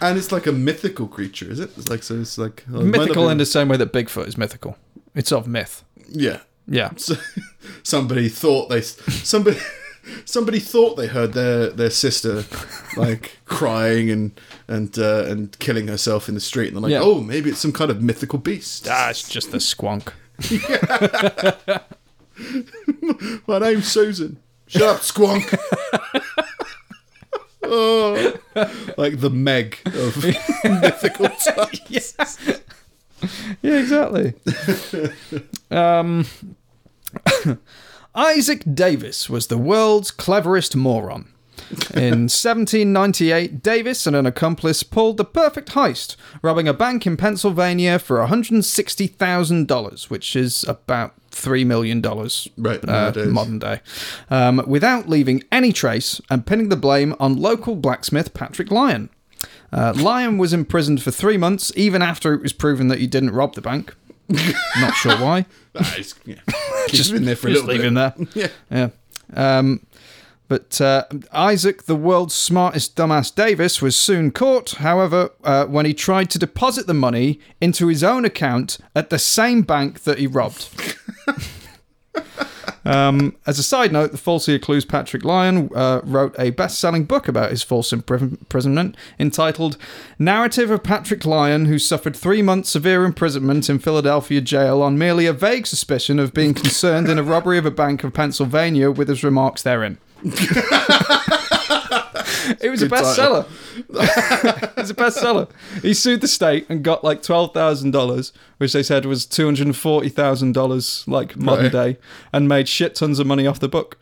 A: And it's like a mythical creature, is it? It's like so. It's like oh, it might not
B: mythical
A: be-
B: in the same way that Bigfoot is mythical. It's of myth.
A: yeah.
B: Yeah,
A: So, somebody thought they somebody somebody thought they heard their their sister like crying and and uh, and killing herself in the street, and they're like,
B: Yeah.
A: oh, maybe it's some kind of mythical beast.
B: ah, it's just the squonk.
A: My name's Susan. Shut up, squonk. oh, like the Meg of mythical times.
B: Yeah, exactly. um, Isaac Davis was the world's cleverest moron. In 1798, Davis and an accomplice pulled the perfect heist, robbing a bank in Pennsylvania for $160,000, which is about $3 million
A: Right,
B: uh,
A: nowadays.
B: modern day, um, without leaving any trace and pinning the blame on local blacksmith Patrick Lyon. Uh, Lyon was imprisoned for three months, even after it was proven that he didn't rob the bank. Not sure why.
A: Ah, it's- yeah. Just in there for a
B: Just
A: little
B: leave
A: bit.
B: him there.
A: Yeah.
B: Yeah. Um, but uh, Isaac, the world's smartest dumbass Davis, was soon caught, however, uh, when he tried to deposit the money into his own account at the same bank that he robbed. Um, as a side note, the falsely accused Patrick Lyon uh, wrote a best-selling book about his false impri- imprisonment, entitled "Narrative of Patrick Lyon, who suffered three months severe imprisonment in Philadelphia jail on merely a vague suspicion of being concerned in a robbery of a bank of Pennsylvania," with his remarks therein. it was a
A: title.
B: bestseller. it was a bestseller. He sued the state and got like twelve thousand dollars, which they said was two hundred forty thousand dollars, like modern
A: Right.
B: day day and made shit tons of money off the book.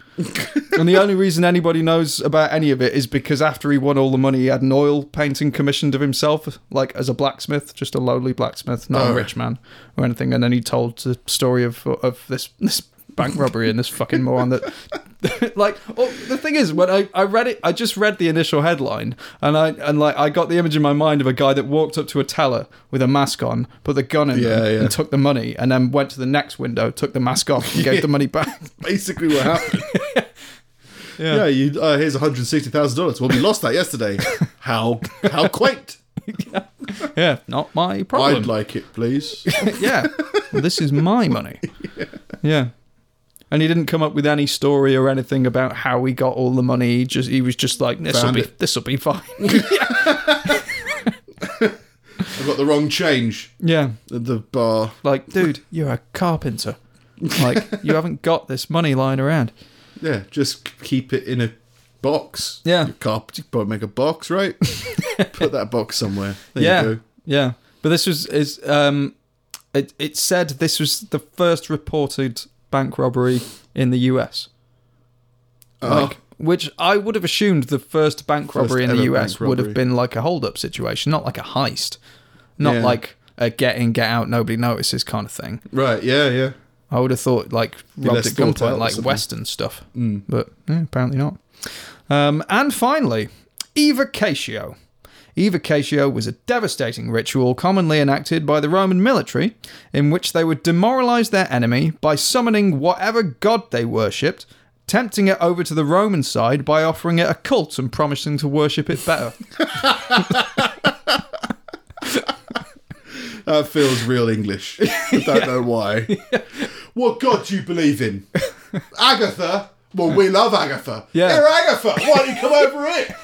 B: and the only reason anybody knows about any of it is because after he won all the money, he had an oil painting commissioned of himself, like as a blacksmith, just a lowly blacksmith, not a
A: Oh.
B: rich man or anything. And then he told the story of of this this bank robbery and this fucking moron that. like oh, the thing is when I, I read it I just read the initial headline and I and like I got the image in my mind of a guy that walked up to a teller with a mask on put the gun in them,
A: Yeah, yeah.
B: and took the money and then went to the next window took the mask off and gave the money back
A: basically what happened. yeah. you uh, here's one hundred sixty thousand dollars. Well, we lost that yesterday. How how quaint?
B: Yeah, not my problem.
A: I'd like it, please.
B: yeah, this is my money. Yeah. and he didn't come up with any story or anything about how he got all the money. He just he was just like, this will
A: Found
B: be
A: it."
B: this will be fine.
A: I've got the wrong change
B: yeah,
A: at the bar.
B: like dude, you're a carpenter. Like you haven't got this money lying around.
A: Yeah, just keep it in a box.
B: Yeah.
A: Your carpet, you probably make a box, right? Put that box somewhere. There
B: yeah,
A: you go.
B: yeah. But this was is um, it it said this was the first reported bank robbery in the U.S.
A: Oh,
B: Like, which I would have assumed the first bank robbery in the
A: ever
B: US
A: bank
B: would have
A: robbery.
B: been like a hold up situation, not like a heist, not
A: Yeah.
B: like a get in, get out, nobody notices kind of thing.
A: right, yeah, yeah.
B: I would have thought like robbed
A: less
B: at
A: thought out
B: gunpoint,
A: or
B: like
A: something.
B: Western stuff, but yeah, apparently not. Um, and finally, evocatio. Evocatio was a devastating ritual commonly enacted by the Roman military, in which they would demoralize their enemy by summoning whatever god they worshipped, tempting it over to the Roman side by offering it a cult and promising to worship it better.
A: That feels real English. I don't know why. What god do you believe in? Agatha? Well, we love Agatha.
B: Yeah.
A: You're Agatha. Why don't you come over here?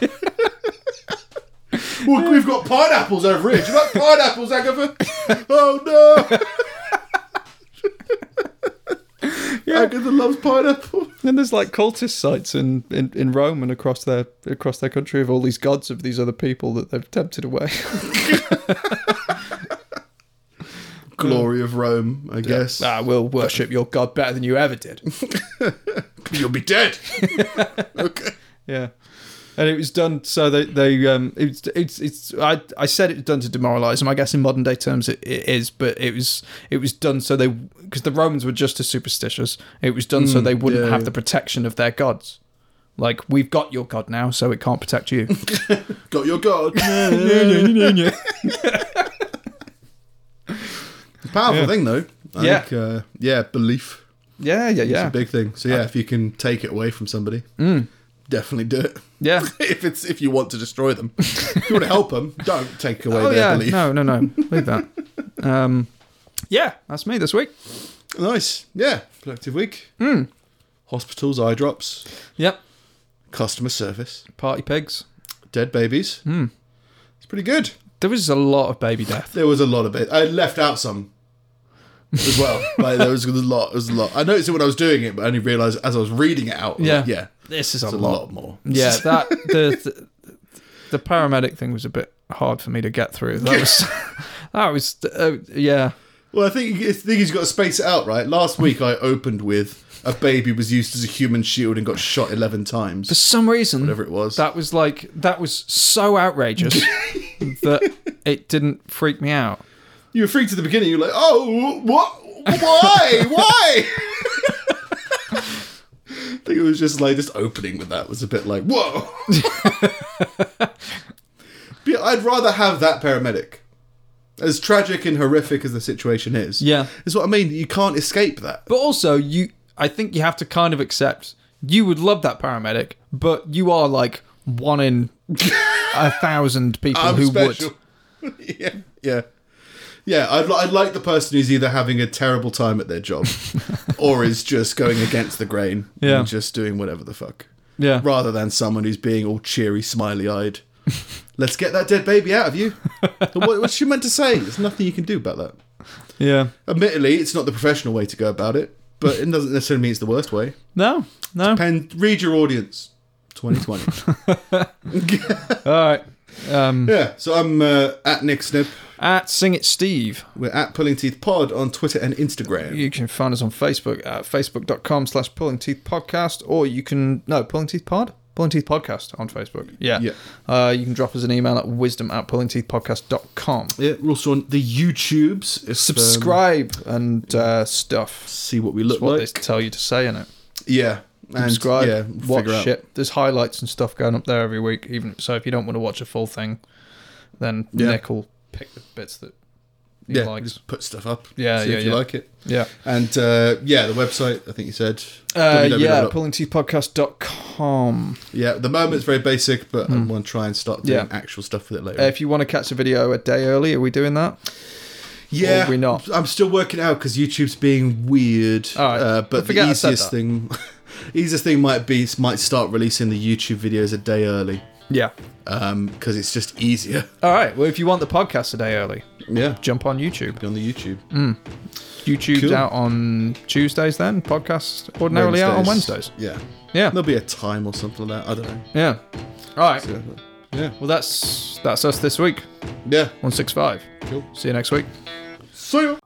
A: well, we've got pineapples over here. Do you like pineapples, Agatha? oh, no. Agatha loves pineapple.
B: And there's like cultist sites in, in, in Rome and across their across their country of all these gods of these other people that they've tempted away.
A: Glory of Rome, I guess.
B: I will Ah, worship your god better than you ever did.
A: You'll be dead. okay.
B: Yeah. And it was done so they they um it's it's it's I I said it was done to demoralize them. I guess in modern day terms it, it is, but it was it was done so they because the Romans were just as superstitious. It was done so they wouldn't
A: yeah,
B: have
A: yeah.
B: the protection of their gods. Like we've got your god now, so it can't protect you.
A: Got your god. Powerful thing, though. I
B: Yeah.
A: Think, uh, yeah, belief.
B: yeah, yeah,
A: It's
B: yeah, Mm.
A: a big thing. So yeah, if you can take it away from somebody, definitely do it.
B: yeah.
A: if it's if you want to destroy them, if you want to help them, don't take away
B: Oh
A: their
B: yeah,
A: belief.
B: no, no, no, leave that. Um, yeah, that's me this week.
A: Nice. Yeah. Productive week.
B: Mm.
A: Hospitals, eye drops,
B: Yep,
A: customer service,
B: party pigs.
A: dead babies.
B: Mm.
A: It's pretty good.
B: There was a lot of baby death.
A: There was a lot of it. I left out some as well. like there was a lot. There was a lot. I noticed it when I was doing it, but I only realised as I was reading it out. I was
B: Yeah.
A: like, yeah.
B: This is
A: It's a lot more.
B: Yeah, that the, the the paramedic thing was a bit hard for me to get through. That was that was uh, yeah.
A: Well, I think I think he's got to space it out, right? Last week I opened with a baby was used as a human shield and got shot eleven times,
B: For some reason,
A: whatever it was.
B: that was like that was so outrageous that it didn't freak me out.
A: you were freaked at the beginning. You're like, oh, what? Why? Why? I think it was just like just opening with that was a bit like whoa. But yeah, I'd rather have that paramedic. As tragic and horrific as the situation is,
B: Yeah.
A: is what I mean. You can't escape that.
B: But also, you, I think you have to kind of accept you would love that paramedic, but you are like one in a thousand people
A: I'm
B: who
A: special.
B: would.
A: yeah, yeah, yeah. I'd, li- I'd like the person who's either having a terrible time at their job or is just going against the grain
B: Yeah.
A: and just doing whatever the fuck,
B: Yeah.
A: rather than someone who's being all cheery, smiley-eyed. Let's get that dead baby out of you. what, what's she meant to say? There's nothing you can do about that.
B: Yeah.
A: Admittedly, it's not the professional way to go about it, but it doesn't necessarily mean it's the worst way.
B: No. No.
A: Pen, read your audience. 2020.
B: All right. Um,
A: yeah, so I'm uh, at Nick Snip.
B: at Sing It Steve.
A: We're at Pulling Teeth Pod on Twitter and Instagram.
B: You can find us on Facebook at facebook.com slash pulling teeth podcast, or you can, no, pulling teeth pod? Pulling Teeth Podcast on Facebook. Yeah.
A: Yeah.
B: Uh, you can drop us an email at wisdom at pullingteethpodcast.com.
A: Yeah, we're also on the YouTubes. If, um,
B: Subscribe and uh, stuff.
A: see what we look
B: What
A: like.
B: they tell you to say in it.
A: yeah, and
B: subscribe,
A: Yeah,
B: watch
A: figure out.
B: shit. There's highlights and stuff going up there every week. Even so, if you don't want to watch a full thing, then
A: Yeah.
B: Nick will pick the bits that he
A: Yeah,
B: likes.
A: just put stuff up.
B: Yeah,
A: see
B: yeah,
A: if you
B: yeah.
A: like it.
B: Yeah,
A: And uh, yeah, the website. I think you said.
B: uh,
A: www.
B: yeah. Pullingteethpodcast.com.
A: yeah. At the moment, it's very basic, but I want to try and start doing
B: Hmm. Yeah.
A: actual stuff with it later.
B: Uh, if you want to catch a video a day early, are we doing that?
A: yeah,
B: or we're not.
A: I'm still working out because YouTube's being weird.
B: All right,
A: Uh,
B: well,
A: but the
B: forget I said
A: easiest
B: that.
A: thing, easiest thing might be might start releasing the YouTube videos a day early
B: Yeah.
A: because it's just easier.
B: All right. Well, if you want the podcast a day early,
A: Yeah,
B: jump on YouTube.
A: be on the YouTube.
B: YouTube's
A: Cool.
B: out on Tuesdays. Then podcast ordinarily out on Wednesdays.
A: Yeah.
B: Yeah.
A: There'll be a time or something like that. I don't know.
B: Yeah. All right.
A: Yeah.
B: Well, that's that's us this week.
A: Yeah.
B: One six five.
A: Cool.
B: See you next week.
A: See ya.